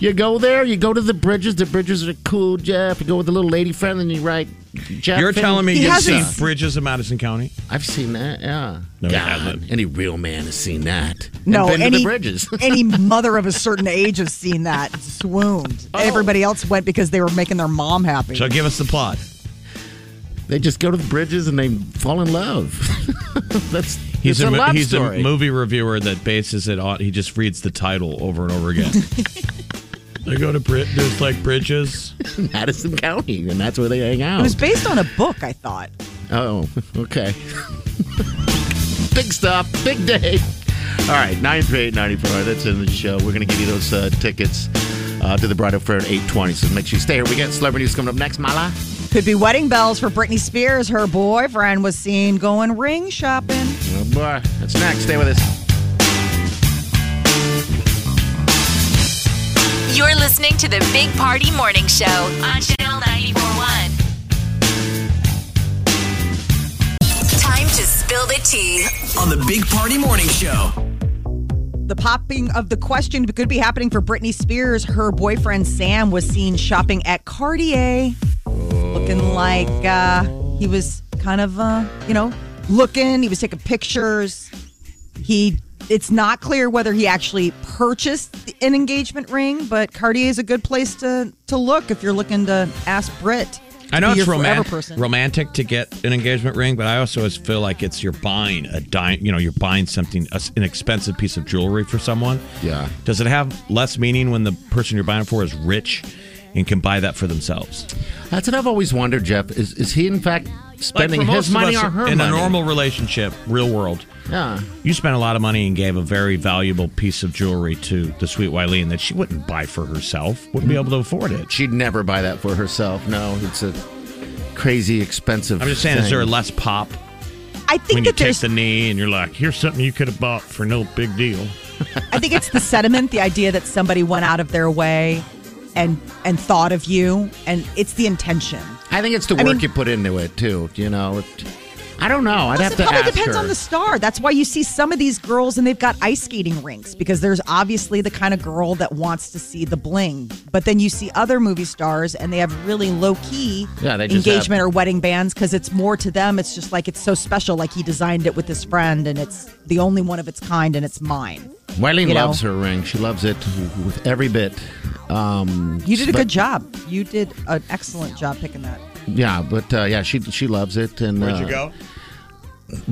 S4: You go there, you go to the bridges. The bridges are cool, Jeff. You go with the little lady friend, and you write. Jeff
S3: You're
S4: Finley.
S3: telling me
S5: He
S3: you've seen
S5: hasn't-
S3: Bridges of Madison County?
S4: I've seen that. Yeah,
S3: No, he
S4: God,
S3: hasn't.
S4: any real man has seen that. And
S5: No,
S4: been to
S5: any
S4: the bridges.
S5: any mother of a certain age has seen that. Swooned.
S4: Oh.
S5: Everybody else went because they were making their mom happy.
S3: So give us the plot.
S4: They just go to the bridges and they fall in love. That's
S3: He's
S4: it's a,
S3: mo-
S4: love
S3: he's
S4: story.
S3: a movie reviewer that bases it on. He just reads the title over and over again. they go to Brit. There's like bridges.
S4: in Madison County, and that's where they hang
S5: it was
S4: out.
S5: based on a book, I thought.
S4: Oh, okay. big stuff, big day. All right, 938-94, that's in the show. We're going to give you those uh, tickets uh, to the Bride of Fair at 820, so make sure you stay here. We got celebrity news coming up next, Mala.
S5: Could be wedding bells for Britney Spears. Her boyfriend was seen going ring shopping.
S4: Oh, boy. That's next. Stay with us.
S2: You're listening to the Big Party Morning Show on Channel 941. Time to spill the tea.
S6: on the Big Party Morning Show.
S5: The popping of the question could be happening for Britney Spears. Her boyfriend Sam was seen shopping at Cartier, looking like uh, he was kind of, uh, you know, looking. He was taking pictures. He. It's not clear whether he actually purchased an engagement ring, but Cartier is a good place to to look if you're looking to ask Brit.
S3: I know
S5: to be
S3: it's
S5: your forever
S3: romantic,
S5: person.
S3: romantic to get an engagement ring, but I also always feel like it's you're buying a di- you know you're buying something a s- an expensive piece of jewelry for someone.
S4: Yeah.
S3: Does it have less meaning when the person you're buying it for is rich and can buy that for themselves?
S4: That's what I've always wondered, Jeff. Is, is he, in fact, spending
S3: for most
S4: his
S3: of
S4: money
S3: us
S4: or her
S3: in
S4: money?
S3: a normal relationship, real world,
S4: Yeah.
S3: you spent a lot of money and gave a very valuable piece of jewelry to the sweet Wileen that she wouldn't buy for herself, wouldn't
S4: Mm-hmm.
S3: be able to afford it.
S4: She'd never buy that for herself. No, it's a crazy, expensive
S3: I'm just saying, is
S4: thing.
S3: there less pop
S5: I
S3: when
S5: think
S3: you
S5: that
S3: take
S5: there's
S3: the knee and you're like, here's something you could have bought for no big deal?
S5: I think it's the sentiment, the idea that somebody went out of their way and and thought of you, and it's the intention.
S4: I think it's the
S5: I
S4: work
S5: mean-
S4: you put into it too. You know, it, I don't know. I'd
S5: Plus,
S4: have
S5: it
S4: to
S5: probably
S4: ask
S5: depends
S4: her.
S5: on the star. That's why you see some of these girls and they've got ice skating rinks because there's obviously the kind of girl that wants to see the bling. But then you see other movie stars and they have really low key
S4: Yeah, they just
S5: engagement
S4: have-
S5: or wedding bands because it's more to them. It's just like it's so special. Like he designed it with his friend and it's the only one of its kind and it's mine. you
S4: Wileen
S5: know.
S4: loves her ring. She loves it with every bit. Um,
S5: You did a
S4: but-
S5: good job. You did an excellent job picking that.
S4: Yeah, but uh, yeah, she she loves it. And where'd you go?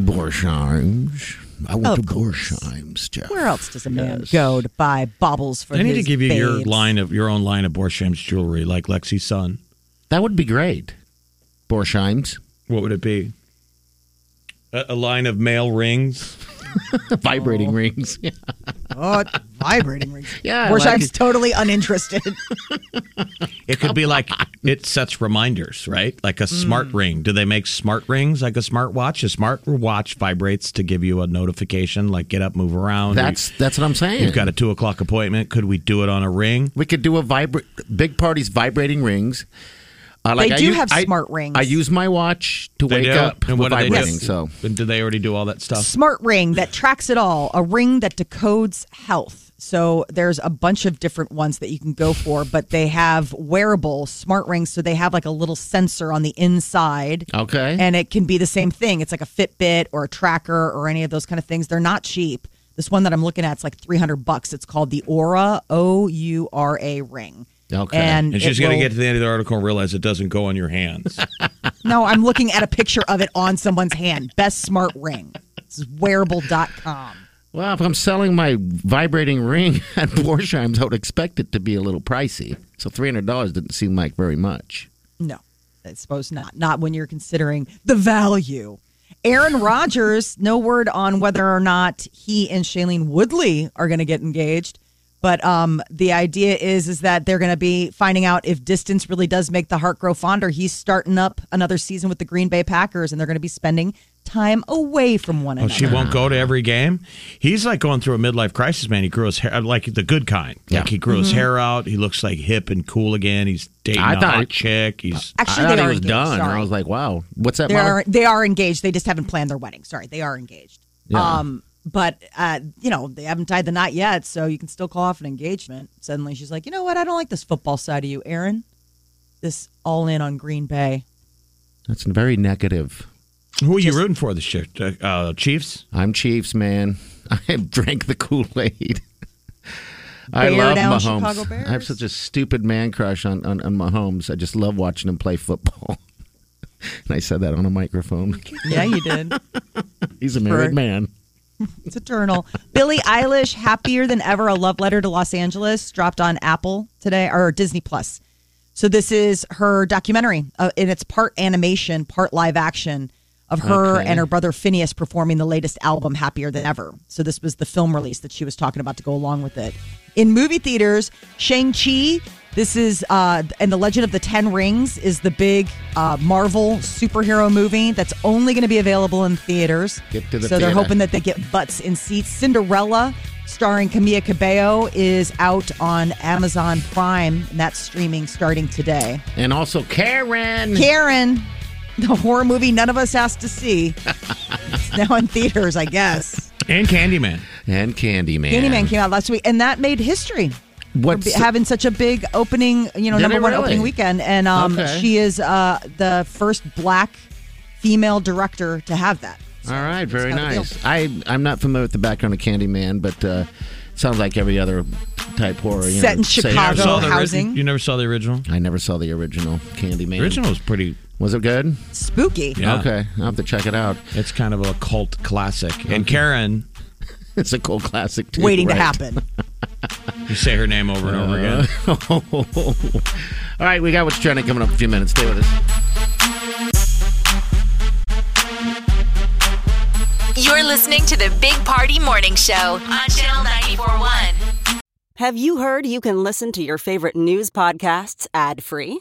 S4: Borsheim's. I went
S5: Of
S4: to
S5: course.
S4: Borsheim's, Jeff.
S5: Where else does a man
S4: Yes.
S5: go to buy baubles for
S3: I need to
S5: his
S3: give you your
S5: babes?
S3: line of your own line of Borsheim's jewelry, like Lexi's son.
S4: That would be great. Borsheim's
S3: What would it be? A, a line of male rings.
S4: vibrating rings. Yeah.
S5: Oh, it- vibrating rings.
S4: Yeah, I
S5: Which
S4: like
S5: I'm
S4: it.
S5: totally uninterested.
S3: It could be like it sets reminders, right? Like a smart ring. Do they make smart rings like a smart watch? A smart watch vibrates to give you a notification, like get up, move around.
S4: That's that's what I'm saying.
S3: You've got a two o'clock appointment. Could we do it on a ring?
S4: We could do a vibra- big parties vibrating rings. Uh,
S5: They do
S4: use-
S5: have smart rings.
S4: I use my watch to
S3: They
S4: wake
S3: do?
S4: up
S3: And
S4: with
S3: what do they do?
S4: vibrating. So
S3: And do they already do all that stuff?
S5: Smart ring that tracks it all, a ring that decodes health. So there's a bunch of different ones that you can go for, but they have wearable smart rings. So they have like a little sensor on the inside.
S4: okay,
S5: And it can be the same thing. It's like a Fitbit or a tracker or any of those kind of things. They're not cheap. This one that I'm looking at, it's like 300 bucks. It's called the Aura O U R A ring.
S4: Okay.
S5: And,
S3: And she's
S5: it
S3: going to
S5: will-
S3: get to the end of the article and realize it doesn't go on your hands.
S5: No, I'm looking at a picture of it on someone's hand. Best smart ring. This is wearable.com.
S4: well, if I'm selling my vibrating ring at Borsheim's, I would expect it to be a little pricey. So three hundred dollars didn't seem like very much.
S5: No, I suppose not. Not when you're considering the value. Aaron Rodgers, no word on whether or not he and Shailene Woodley are going to get engaged. But um, the idea is is that they're going to be finding out if distance really does make the heart grow fonder. He's starting up another season with the Green Bay Packers, and they're going to be spending time away from one
S3: Oh,
S5: another.
S3: she won't go to every game. He's like going through a midlife crisis, man. He grew his hair like the good kind.
S4: Yeah.
S3: Like he grew his hair out. He looks like hip and cool again. He's dating
S4: I
S3: a
S4: thought-
S3: hot chick. He's
S5: Actually,
S4: I thought
S5: they
S4: he
S5: are
S4: was
S5: engaged.
S4: done.
S5: Sorry.
S4: I was like, wow, what's that?
S5: they
S4: Molly?
S5: are they are engaged. They just haven't planned their wedding. Sorry, they are engaged.
S4: Yeah.
S5: Um, but uh, you know they haven't tied the knot yet, so you can still call off an engagement. Suddenly she's like, you know what? I don't like this football side of you, Aaron. This all in on Green Bay.
S4: That's very negative.
S3: who are you rooting for this year? Uh, Chiefs.
S4: I'm Chiefs, man. I drank the Kool Aid. I
S5: Bear
S4: love
S5: down, Chicago
S4: Mahomes.
S5: Bears.
S4: I have such a stupid man crush on, on, on Mahomes. I just love watching him play football. and I said that on a microphone.
S5: Yeah, you did.
S4: He's a married man.
S5: It's eternal. Billie Eilish, happier than ever, a love letter to Los Angeles, dropped on Apple today or Disney Plus. So this is her documentary, uh, and it's part animation, part live action of her and her brother Phineas performing the latest album, Happier Than Ever. So this was the film release that she was talking about to go along with it. In movie theaters, Shang Chi. This is uh, and the Legend of the Ten Rings is the big uh, Marvel superhero movie that's only going to be available in theaters
S4: Get to the
S5: so they're
S4: theater.
S5: hoping that they get butts in seats. Cinderella, starring Camilla Cabello, is out on Amazon Prime, and that's streaming starting today.
S4: And also Karen.
S5: Karen, the horror movie none of us asked to see, it's now in theaters, I guess.
S3: And Candyman.
S4: And Candyman.
S5: Candyman came out last week, and that made history. for
S4: What's
S5: be- having such a big opening, you know,
S4: Did
S5: number
S4: it
S5: one
S4: really?
S5: opening weekend, and um,
S4: Okay.
S5: she is uh, the first black female director to have that. So
S4: All right,
S5: it's
S4: very
S5: kind of a deal.
S4: nice. I, I'm not familiar with the background of Candyman, but uh, sounds like every other type horror. You
S5: Set
S4: know,
S5: in
S4: say-
S3: You never
S5: Chicago.
S3: saw the
S5: Housing.
S3: origi- you never saw the original.
S4: I never saw the original Candyman.
S3: The original was pretty.
S4: Was it good?
S5: Spooky.
S3: Yeah.
S4: Okay, I'll have to check it out.
S3: It's kind of a cult classic. And Karen,
S4: It's a cold classic, too.
S5: waiting
S4: right?
S5: to happen.
S3: you say her name over and over again.
S4: Uh-huh. All right, we got what's trending coming up in a few minutes. Stay with us.
S2: You're listening to the Big Party Morning Show on Channel 941.
S8: Have you heard you can listen to your favorite news podcasts ad free?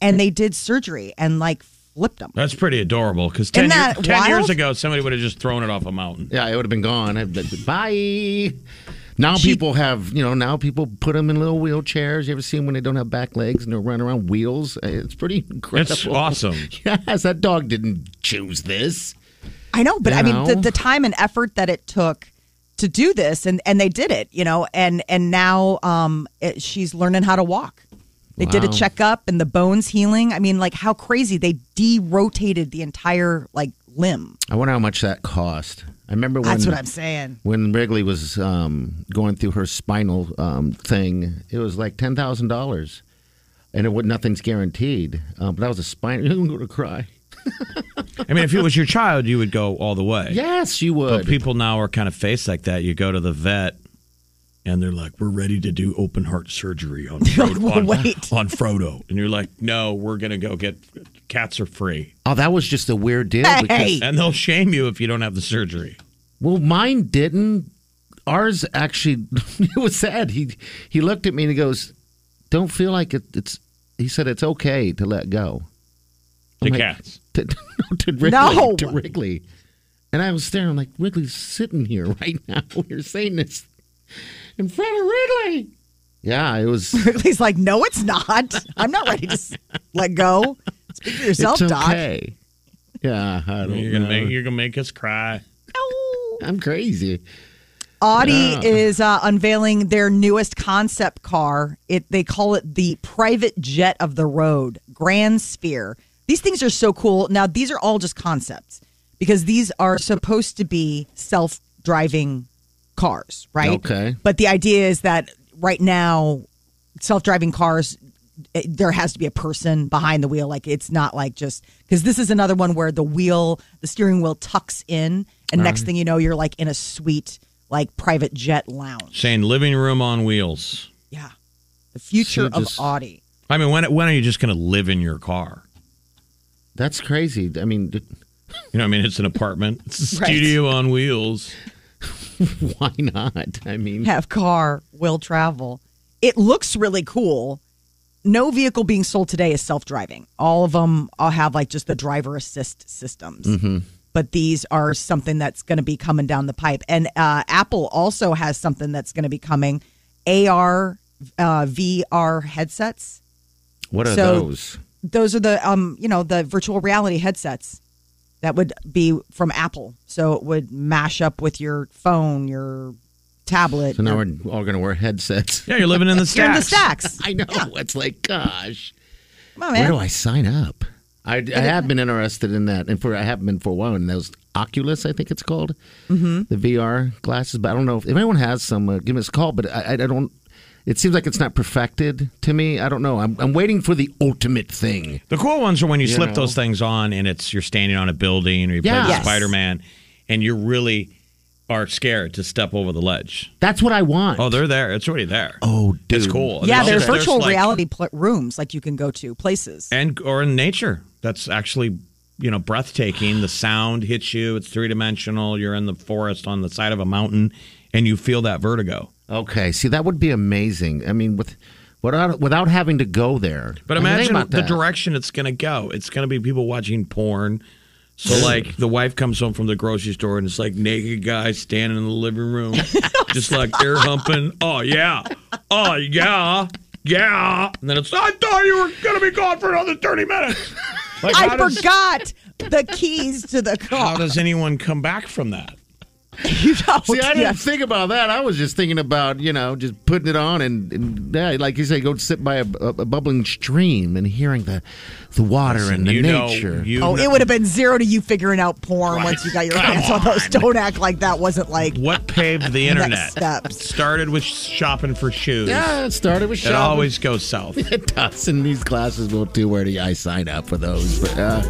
S5: And they did surgery and like flipped them.
S3: That's pretty adorable because
S5: Isn't
S3: 10, year-
S5: that
S3: 10 years
S5: wild?
S3: ago, somebody would have just thrown it off a mountain.
S4: Yeah, it would have been gone. I'd been, Bye. Now people have, you know, now people put them in little wheelchairs. You ever see them when they don't have back legs and they're running around wheels? It's pretty incredible.
S3: It's awesome.
S4: yes, that dog didn't choose this.
S5: I know, but
S4: You
S5: I mean the,
S4: know?
S5: the time and effort that it took to do this, and and they did it, you know, and and now um, it, she's learning how to walk. They did a
S4: Wow.
S5: checkup, and the bones healing. I mean, like how crazy they de-rotated the entire like limb.
S4: I wonder how much that cost. I remember when
S5: That's what I'm saying.
S4: when Wrigley was um, going through her spinal um, thing, it was like ten thousand dollars, and it would nothing's guaranteed. Um, but that was a spinal. You're going to cry.
S3: I mean, if it was your child, you would go all the way.
S4: Yes, you would.
S3: But people now are kind of faced like that. You go to the vet and they're like, we're ready to do open heart surgery on Frodo.
S5: Well,
S3: on,
S5: wait.
S3: on Frodo. And you're like, no, we're going to go get cats are free.
S4: oh, that was just a weird deal.
S5: Hey!
S3: And they'll shame you if you don't have the surgery.
S4: Well, mine didn't. Ours actually. It was sad. He he looked at me and he goes, "Don't feel like it, it's." He said, "It's okay to let go."
S5: Oh
S3: The
S4: like-
S3: cats.
S4: To, to Wrigley.
S5: No!
S4: To Wrigley. And I was there. I'm like, Wrigley's sitting here right now. You're saying this in front of Wrigley. Yeah, it was.
S5: He's like, no, it's not. I'm not ready to s- let go. Speak for yourself,
S4: it's
S5: Doc.
S4: okay. Yeah,
S5: Oh
S4: I don't
S3: You're going to
S4: know.
S3: make you're going to make us cry.
S5: No.
S4: I'm crazy.
S5: Audi is uh, unveiling their newest concept car. It they call it the private jet of the road, Grand Sphere. These things are so cool. Now these are all just concepts because these are supposed to be self-driving cars, right?
S4: Okay.
S5: But the idea is that right now self-driving cars it- there has to be a person behind the wheel like it's not like just because this is another one where the wheel the steering wheel tucks in and next thing you know you're like in a sweet like private jet lounge
S3: Saying living room on wheels.
S5: yeah the future
S4: So just-
S5: of audi
S3: I mean, when, when are you just going to live in your car?
S4: That's crazy. I mean, d-
S3: You know, I mean, it's an apartment, it's a
S5: Right.
S3: studio on wheels.
S4: why not? I mean,
S5: have car will travel it looks really cool no vehicle being sold today is self-driving all of them all have like just the driver assist systems
S4: Mm-hmm.
S5: but these are something that's going to be coming down the pipe. And uh, Apple also has something that's going to be coming AR, uh, VR headsets.
S4: what are
S5: So-
S4: those?
S5: Those are the, um, you know, the virtual reality headsets that would be from Apple. So it would mash up with your phone, your tablet.
S4: So now
S5: your-
S4: we're all going to wear headsets.
S3: Yeah, you're living in the
S5: you're in the
S3: stacks.
S5: stacks.
S4: I know. It's like, gosh,
S5: Come on,
S4: where
S5: man.
S4: do I sign up? I, I have been interested in that, and for I have been for a while. And those Oculus, I think it's called, mm-hmm. the VR glasses. But I don't know if, if anyone has some. Uh, give us a call. But I, I don't. It seems like it's not perfected to me. I don't know. I'm, I'm waiting for the ultimate thing.
S3: The cool ones are when you, slip
S4: know.
S3: those things on and it's you're standing on a building or you play
S4: Yeah.
S3: the
S4: Yes.
S3: Spider Man and you really are scared to step over the ledge.
S4: That's what I want.
S3: Oh, they're there. It's already there.
S4: Oh, dude.
S3: It's cool.
S5: yeah,
S3: There's-
S5: there are
S3: there's
S5: virtual
S3: like-
S5: reality pl- rooms like you can go to places.
S3: and or in nature. That's actually you know breathtaking. The sound hits you. It's three dimensional. You're in the forest on the side of a mountain, and you feel that vertigo.
S4: Okay. See, that would be amazing. I mean, with without without having to go there.
S3: But
S4: I mean, think
S3: imagine
S4: about
S3: the
S4: that.
S3: direction it's going to go. It's going to be people watching porn. So, like, the wife comes home from the grocery store and it's like naked guy standing in the living room, just like they're humping. Oh, yeah. Oh, yeah. Yeah. And then it's, I thought you were going to be gone for another 30 minutes. Like,
S5: I
S3: how does-
S5: forgot the keys to the
S3: How
S5: car.
S3: does anyone come back from that?
S5: You don't-
S4: See, I didn't
S5: yeah.
S4: think about that. I was just thinking about you know just putting it on and, and yeah, like you say, go sit by a, a, a bubbling stream and hearing the the water and the
S3: you
S4: nature.
S3: know, you
S5: Oh,
S3: know-
S5: it would have been zero to you figuring out porn once you got your hands on those. Don't act like that wasn't like
S3: what paved the internet?
S5: steps.
S3: Started with shopping for shoes.
S4: yeah, it started with
S3: It
S4: shopping.
S3: always goes south.
S4: it does, and these classes will too. Where do I sign up for those? But uh,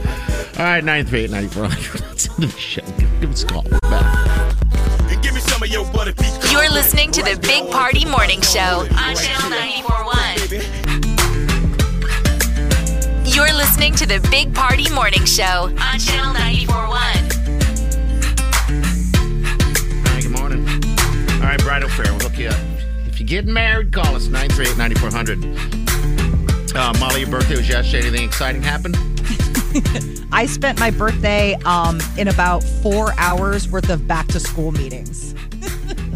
S4: all right, nine three eight ninety four hundred. That's the show. Give, give us a call. We're back.
S1: And give me some of your butter, please.
S2: You're listening to the Big Party Morning Show on Channel 941. You're listening to the Big Party Morning Show on Channel 941.
S4: Hi, good morning. All right, bridal fair. We'll hook you up. If you're getting married, call us nine three eight ninety four hundred. Uh, Molly, your birthday was yesterday. Anything exciting happened?
S5: I spent my birthday um, in about four hours worth of back to school meetings.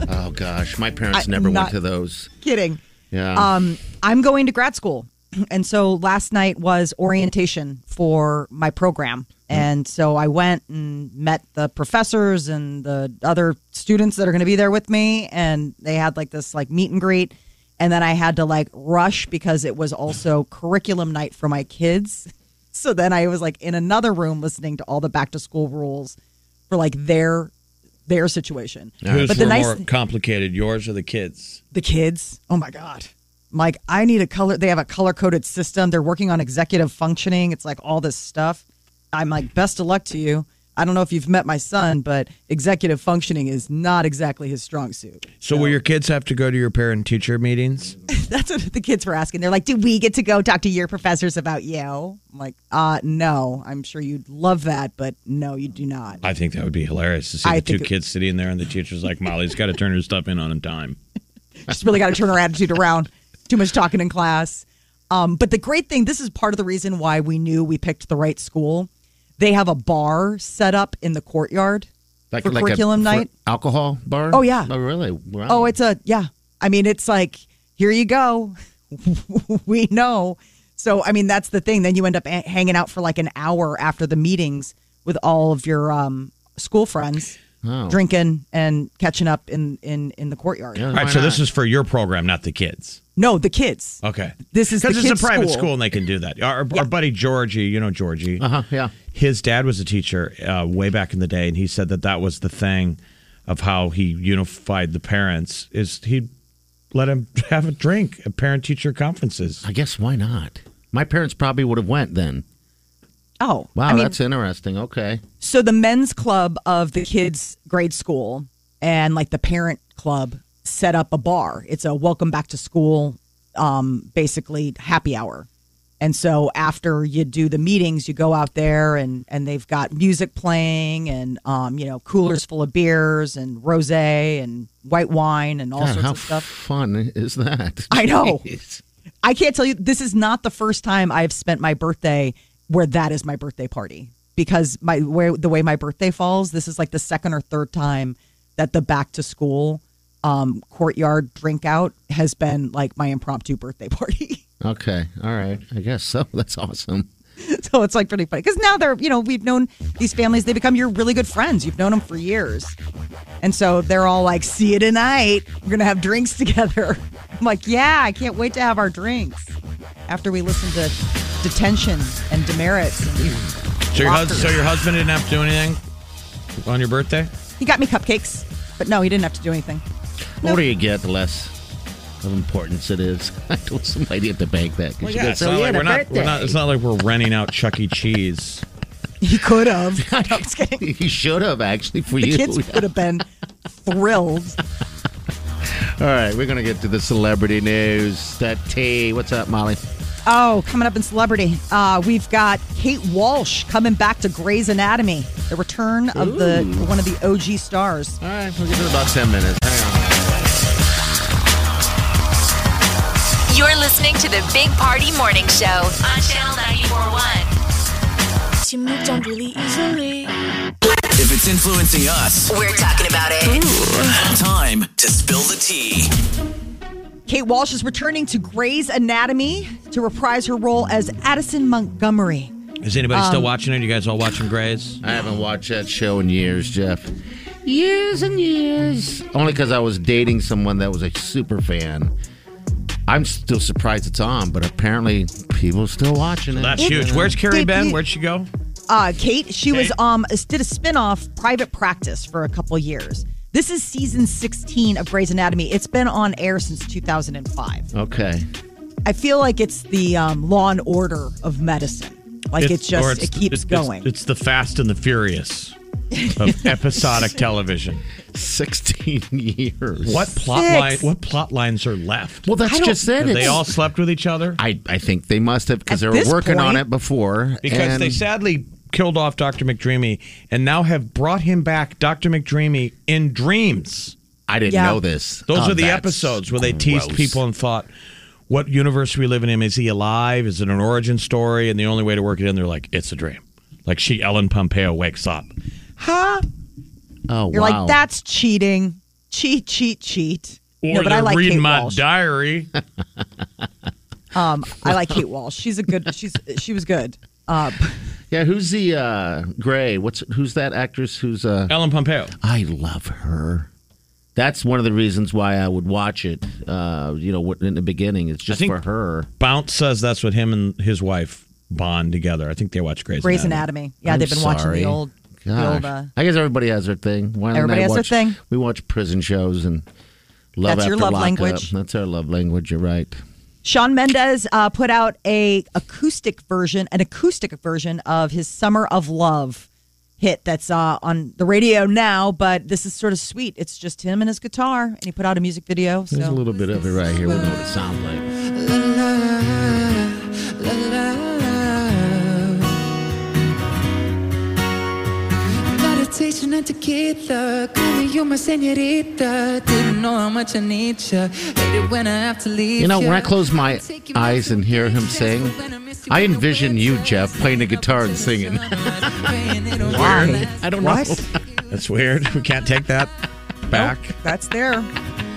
S4: Oh gosh, my parents
S5: I-
S4: never
S5: not-
S4: went to those.
S5: Kidding.
S4: Yeah.
S5: Um, I'm going to grad school. And so last night was orientation for my program. And so I went and met the professors and the other students that are going to be there with me. And they had like this like meet and greet. And then I had to like rush because it was also curriculum night for my kids. So then I was like in another room listening to all the back to school rules for like their their situation.
S3: Whose
S5: but
S3: were
S5: the nice
S3: more complicated, yours or the kids?
S5: the kids. Oh my god. I'm like I need a color they have a color coded system. They're working on executive functioning. It's like all this stuff. I'm like best of luck to you. I don't know if you've met my son, but executive functioning is not exactly his strong suit.
S3: So, will your kids have to go to your parent teacher meetings?
S5: That's what the kids were asking. They're like, "Do we get to go talk to your professors about you?" I'm like, "Uh, no. I'm sure you'd love that, but no, you do not."
S3: I think that would be hilarious to see
S5: I
S3: the two
S5: think it-
S3: kids sitting there and the teacher's like, Molly's got to turn her stuff in on time.
S5: just really got to turn our attitude around. Too much talking in class. Um, but the great thing, this is part of the reason why we knew we picked the right school. They have a bar set up in the courtyard for
S4: a-
S5: curriculum
S4: for
S5: night.
S4: alcohol bar.
S5: Oh, yeah.
S4: Oh really? Wow.
S5: Oh, it's a yeah. I mean, it's like here you go. we know. So I mean, that's the thing. Then you end up a- hanging out for like an hour after the meetings with all of your um, school friends,
S4: Oh.
S5: drinking and catching up in in in the courtyard.
S3: All right, so this is for your program, not the kids.
S5: No, the kids.
S3: Okay.
S5: This is the
S3: Because it's a
S5: kids'
S3: private
S5: school.
S3: school and they can do that. Our, our buddy Georgie, you know Georgie,
S4: Uh huh. Yeah.
S3: his dad was a teacher uh, way back in the day, and he said that that was the thing of how he unified the parents is he let him have a drink at parent teacher conferences.
S4: I guess why not? My parents probably would have went then.
S5: Oh,
S4: Wow,
S5: I mean,
S4: that's interesting. Okay.
S5: so the men's club of the kids' grade school and like the parent club set up a bar. It's a welcome back to school, um, basically happy hour. And so after you do the meetings, you go out there and and they've got music playing and um, you know coolers full of beers and rosé and white wine and all
S4: God,
S5: sorts
S4: how
S5: of stuff.
S4: fun is that?
S5: I know.
S4: Jeez.
S5: I can't tell you, this is not the first time I've spent my birthday where that is my birthday party because my where the way my birthday falls, this is like the second or third time that the back to school um, courtyard drink out has been like my impromptu birthday party.
S4: Okay. All right. I guess so. That's awesome.
S5: so it's like pretty funny because now they're, you know, we've known these families, they become your really good friends. You've known them for years. And so they're all like, see you tonight. We're going to have drinks together. I'm like, yeah, I can't wait to have our drinks after we listen to detention and demerits. And
S3: So your, hus- so your husband didn't have to do anything on your birthday?
S5: he got me cupcakes, but no, he didn't have to do anything.
S4: The older you get, the less of importance it is. I told somebody at the bank that. 'cause she goes,
S3: it's, not
S4: you
S3: like
S4: had a
S3: we're not, we're
S4: birthday."
S3: not, it's not like we're renting out Chuck E. Cheese.
S5: He could have. no, I'm just kidding.
S4: He should have actually for
S5: The
S4: you.
S5: kids would have been thrilled.
S4: All right, we're gonna get to the celebrity news. That T, what's up, Molly?
S5: Oh, coming up in celebrity, uh, we've got Kate Walsh coming back to Grey's Anatomy, the return of the one of the OG stars.
S4: All right, we'll get to about ten minutes. Hang on.
S2: You're listening to the Big Party Morning Show on Channel 941.
S9: She moved on really easily.
S6: If it's influencing us,
S2: We're talking about it.
S6: time to spill the tea.
S5: Kate Walsh is returning to Grey's Anatomy to reprise her role as Addison Montgomery.
S3: Is anybody
S5: Um,
S3: still watching it? You guys all watching Grays?
S4: I haven't watched that show in years, Jeff. Years and years. Only because I was dating someone that was a super fan. I'm still surprised it's on, but apparently people are still watching it.
S3: That's huge. Where's Carrie
S5: Did
S3: been?
S5: you-
S3: Where'd she go?
S5: Uh, Kate, she was
S3: Kate.
S5: um did a spin-off Private Practice for a couple years. This is season 16 of Grey's Anatomy. It's been on air since 2005.
S4: okay?
S5: I feel like it's the um, Law and Order of medicine. Like it
S3: or
S5: just it
S3: it's-
S5: keeps
S3: it's- it's-
S5: going.
S3: It's, the Fast and the Furious of episodic television.
S4: Sixteen years.
S3: What plot
S5: Six.
S3: line? What plot lines are left?
S4: Well, that's just it.
S3: Have they
S4: It's-
S3: all slept with each other
S4: I, I think they must have because
S5: At
S4: they
S5: this
S4: were working on
S5: point-
S4: it before.
S3: because they
S4: and-
S3: sadly killed off Dr. McDreamy and now have brought him back, Dr. McDreamy, in dreams.
S4: I didn't
S5: Yeah.
S4: know this.
S3: Those
S4: Oh,
S3: are the
S4: that's
S3: episodes where they teased
S4: gross.
S3: people and thought, what universe we live in. Is he alive? Is it an origin story? And the only way to work it in, they're like, it's a dream. Like she, Ellen Pompeo, wakes up.
S5: Huh?
S4: Oh,
S5: You're like, that's cheating. Cheat, cheat, cheat.
S3: Or
S5: no, but
S3: they're
S5: I like
S3: reading
S5: Kate
S3: my
S5: Walsh.
S3: diary.
S5: um, I like Kate Walsh. She's a good. She's she was good. Uh,
S4: Yeah, who's the uh, Gray? What's who's that actress? Who's uh,
S3: Ellen Pompeo?
S4: I love her. That's one of the reasons why I would watch it. Uh, you know, in the beginning, it's just
S3: think-
S4: for her.
S3: Bounce says that's what him and his wife bond together. I think they watch Grey's,
S5: Grey's Anatomy. Yeah,
S4: I'm
S5: they've been watching
S4: sorry.
S5: the old. The old
S4: Gosh.
S5: uh,
S4: I guess everybody has their thing. Why don't
S5: Everybody
S4: I
S5: has their
S4: watch-
S5: thing.
S4: We watch prison shows and love
S5: That's your
S4: after
S5: love
S4: lockup.
S5: language.
S4: That's our love language. You're right.
S5: Sean Mendez uh, put out a acoustic version, an acoustic version of his "Summer of Love" hit that's uh, on the radio now. But this is sort of sweet. It's just him and his guitar, and he put out a music video. So
S4: There's a little bit of it right here. We know what it sounds like.
S7: Meditation and tequila, calling you my senorita. Didn't know how much I need ya. Hate it when I have to leave.
S4: You know, when
S7: ya.
S4: I close my eyes and hear him sing, I envision you, Jeff, playing the guitar and singing.
S5: Why?
S4: I don't
S5: What?
S4: know.
S3: Anatomy. That's weird. We can't take that back.
S5: That's there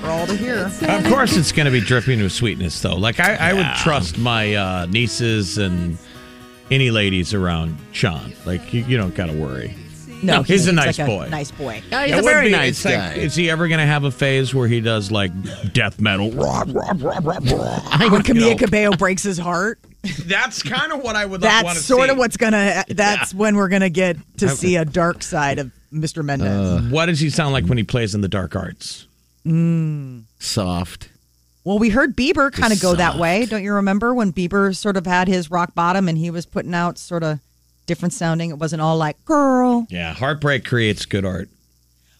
S5: for all to hear.
S3: Of course, it's going to be dripping with sweetness, though. Like I, I would trust my uh, nieces and any ladies around Sean. Like you, you don't got to worry. No, he's a nice
S5: like
S3: boy.
S5: nice boy.
S4: Yeah, he's
S3: It
S4: a
S3: would
S4: very
S3: be-
S4: nice
S3: it's like,
S4: guy.
S3: is he ever going to have a phase where he does like death metal? Rah, rah, rah, rah, rah.
S5: When Camila
S3: know.
S5: Cabello breaks his heart,
S3: That's kind of what I would want
S5: that's
S3: to
S5: sort
S3: see.
S5: of what's gonna. That's when we're gonna get to see a dark side of Mr. Mendez.
S3: Uh, What does he sound like when he plays in the dark arts?
S4: Soft.
S5: Well, we heard Bieber kind of
S4: Just
S5: go that
S4: soft.
S5: way. Don't you remember when Bieber sort of had his rock bottom and he was putting out sort of different sounding? It wasn't all like girl.
S3: Yeah, heartbreak creates good art.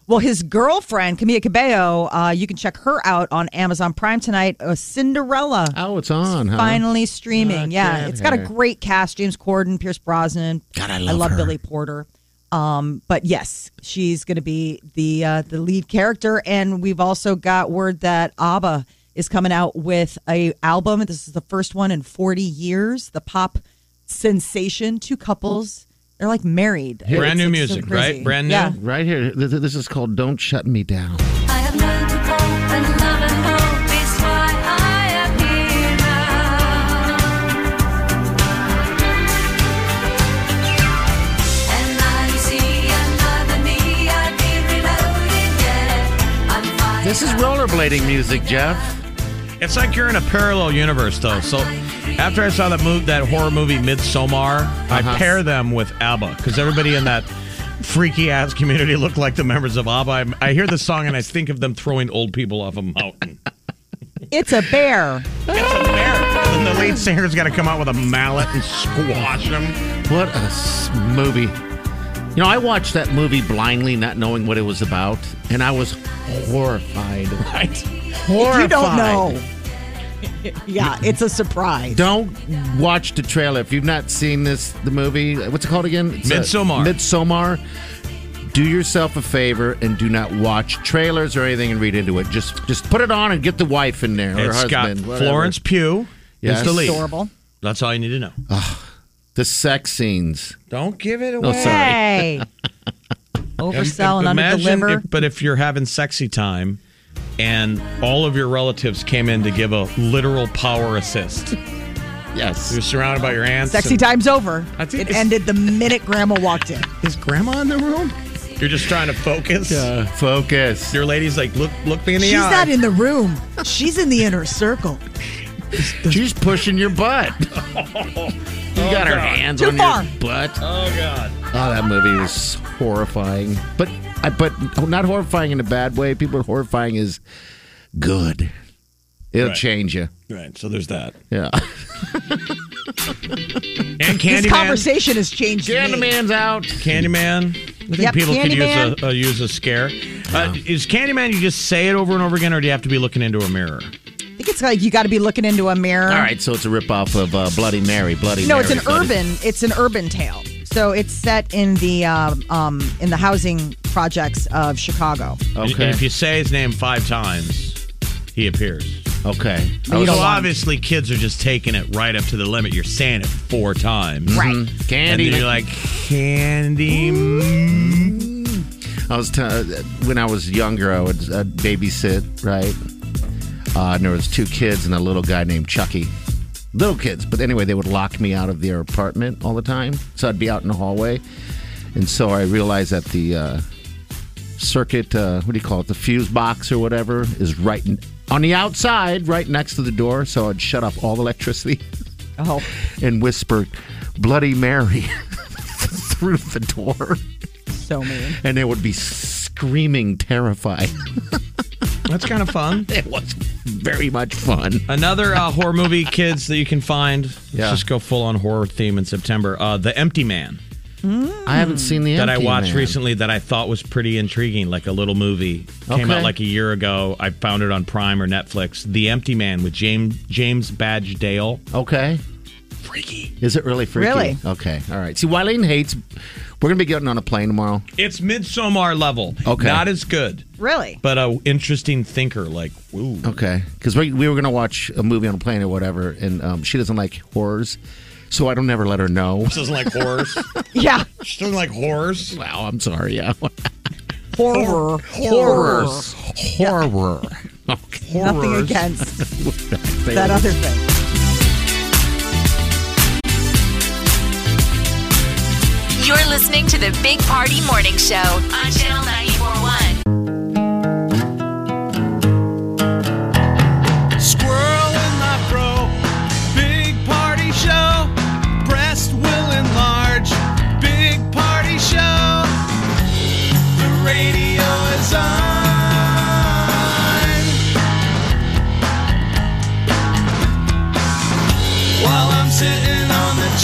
S5: Well, his girlfriend, Camila Cabello, uh, you can check her out on Amazon Prime tonight. Uh, Cinderella.
S4: Oh, it's on.
S3: Uh-huh.
S4: Huh?
S5: Finally streaming.
S4: Look
S5: yeah,
S4: at
S5: it's got a
S4: her.
S5: great cast: James Corden, Pierce Brosnan.
S4: God, I love her.
S5: Billy Porter. Um, but yes, she's going to be the uh, the lead character, and we've also got word that ABBA is coming out with a album. This is the first one in 40 years. The pop sensation, two couples. They're like married. It's-
S3: Brand new
S5: it's so
S3: music, right?
S5: crazy.
S3: Brand new?
S5: Yeah.
S4: Right here. Th- th- This is called "Don't Shut Me Down."
S2: I have none to hope, and love and hope is why I am here now. And now you see another me, I'd be reloaded, yeah. I'm fine.
S4: This is rollerblading music, Jeff.
S3: It's like you're in a parallel universe, though. So after I saw that move, that horror movie Midsommar,
S4: Uh-huh.
S3: I pair them with ABBA because everybody in that freaky ass community looked like the members of ABBA. I'm- I, hear the song and I think of them throwing old people off a mountain.
S5: It's a bear.
S3: It's a bear. And then the lead singer's got to come out with a mallet and squash them.
S4: What a s- movie. You know, I watched that movie blindly, not knowing what it was about, and I was horrified.
S3: Right.
S4: Horrified.
S5: You don't know. yeah, it's a surprise.
S4: Don't watch the trailer if you've not seen this. The movie, what's it called again? It's, uh,
S3: Midsommar.
S4: Midsommar. Do yourself a favor and do not watch trailers or anything and read into it. Just just put it on and get the wife in there or
S3: It's got
S4: husband. whatever.
S3: Florence Pugh.
S4: Yes.
S3: Yes. the lead.
S5: Adorable.
S3: That's all you need to know.
S4: The sex scenes.
S3: Don't give it away.
S4: No, sorry.
S5: Hey. Oversell and
S3: Imagine
S5: underdeliver.
S3: if- but if you're having sexy time and all of your relatives came in to give a literal power assist,
S4: Yes.
S3: you're surrounded by your aunts.
S5: Sexy
S3: and-
S5: time's over.
S3: I think
S5: It
S3: it's-
S5: ended the minute Grandma walked in.
S3: Is grandma in the room? You're just trying to focus.
S4: Focus.
S3: Your lady's like, look, look me in the
S5: She's
S3: eye.
S5: not in the room. She's in the inner circle.
S4: She's pushing your butt. Oh, you got her hands
S5: Too
S4: on
S5: far.
S4: your butt.
S3: oh God.
S4: Oh, that movie was horrifying. But I but not horrifying in a bad way. People are horrifying is good. It'll
S3: Right.
S4: change you.
S3: Right. So there's that.
S4: Yeah.
S3: And
S5: This
S3: Candyman.
S5: conversation has changed. Me.
S4: Candyman's out.
S3: Candyman. I think
S5: Yep,
S3: people could
S5: Candyman.
S3: use a, a use a scare. Uh, is Candyman? You just say it over and over again, or do you have to be looking into a mirror?
S5: I think it's like you got to be looking into a mirror.
S4: All right, so it's a ripoff of uh, Bloody Mary. Bloody
S5: No,
S4: Mary.
S5: it's an
S4: Bloody-
S5: urban. It's an urban tale. So it's set in the um, um, in the housing projects of Chicago.
S3: And-
S4: Okay.
S3: And if you say his name five times, he appears.
S4: Okay. Oh, I
S3: So
S4: was-
S3: obviously, kids are just taking it right up to the limit. You're saying it four times,
S4: Right. Candy.
S3: And then you're like, candy.
S4: Mm. I was t- when I was younger, I would uh, babysit, right? Uh, and there was two kids and a little guy named Chucky. Little kids, but anyway, they would lock me out of their apartment all the time, so I'd be out in the hallway. And so I realized that the uh, circuit, uh, what do you call it, the fuse box or whatever, is right n on the outside, right next to the door. So I'd shut off all electricity.
S5: Oh.
S4: And whisper, "Bloody Mary." through the door.
S5: So mean.
S4: And they would be screaming, terrified.
S3: That's kind of fun.
S4: it was very much fun.
S3: Another uh, horror movie, kids, that you can find.
S4: Yeah.
S3: Let's just go full on horror theme in September. Uh, the Empty Man.
S4: I haven't seen the
S3: that I
S4: Empty
S3: watched
S4: Man.
S3: recently that I thought was pretty intriguing, like a little movie. Came
S4: Okay.
S3: out like a year ago. I found it on Prime or Netflix. The Empty Man with James James Badge Dale.
S4: Okay.
S3: Freaky.
S4: Is it really freaky?
S3: Really?
S4: Okay. All right. See, Wileen hates. We're gonna be getting on a plane tomorrow.
S3: It's Midsommar level.
S4: Okay.
S3: Not as good,
S5: Really?
S3: but a interesting thinker. Like, ooh.
S4: Okay. Because we, we were gonna watch a movie on a plane or whatever, and um, she doesn't like horrors, so I don't ever let her know.
S3: She doesn't like horrors.
S5: yeah.
S3: She doesn't like horrors.
S4: Wow. I'm sorry. Yeah.
S5: Horror.
S4: Horrors. Horror. Okay.
S5: Nothing
S4: Horrors.
S5: against that other thing.
S2: You're listening to the Big Party Morning Show on Channel 941.
S1: Squirrel in my bro. Big party show. Breast will enlarge. Big party show. The radio is on. While I'm sitting on the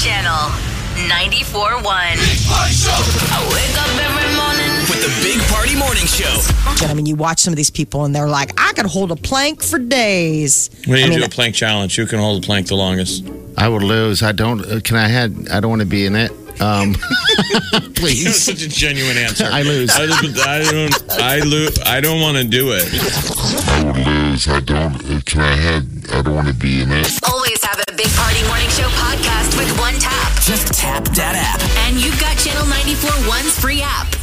S2: Channel 941. I wake up every morning.
S6: With the Big Party Morning Show.
S10: I mean, you watch some of these people and they're like, I could hold a plank for days.
S3: We need
S10: I
S3: to
S10: mean,
S3: do a plank challenge. Who can hold a plank the longest?
S4: I would lose. I don't. Uh, can I had? I don't want to be in it. Um,
S3: Please. That was such a genuine answer.
S4: I lose.
S3: I, don't- I don't. I lose. I don't want to do it.
S11: I would lose. I don't. uh, Can I have? I don't want to be in it.
S2: Always have a Big Party Morning Show podcast with one tap.
S6: Just tap that app.
S2: And you've got Channel 941's free app.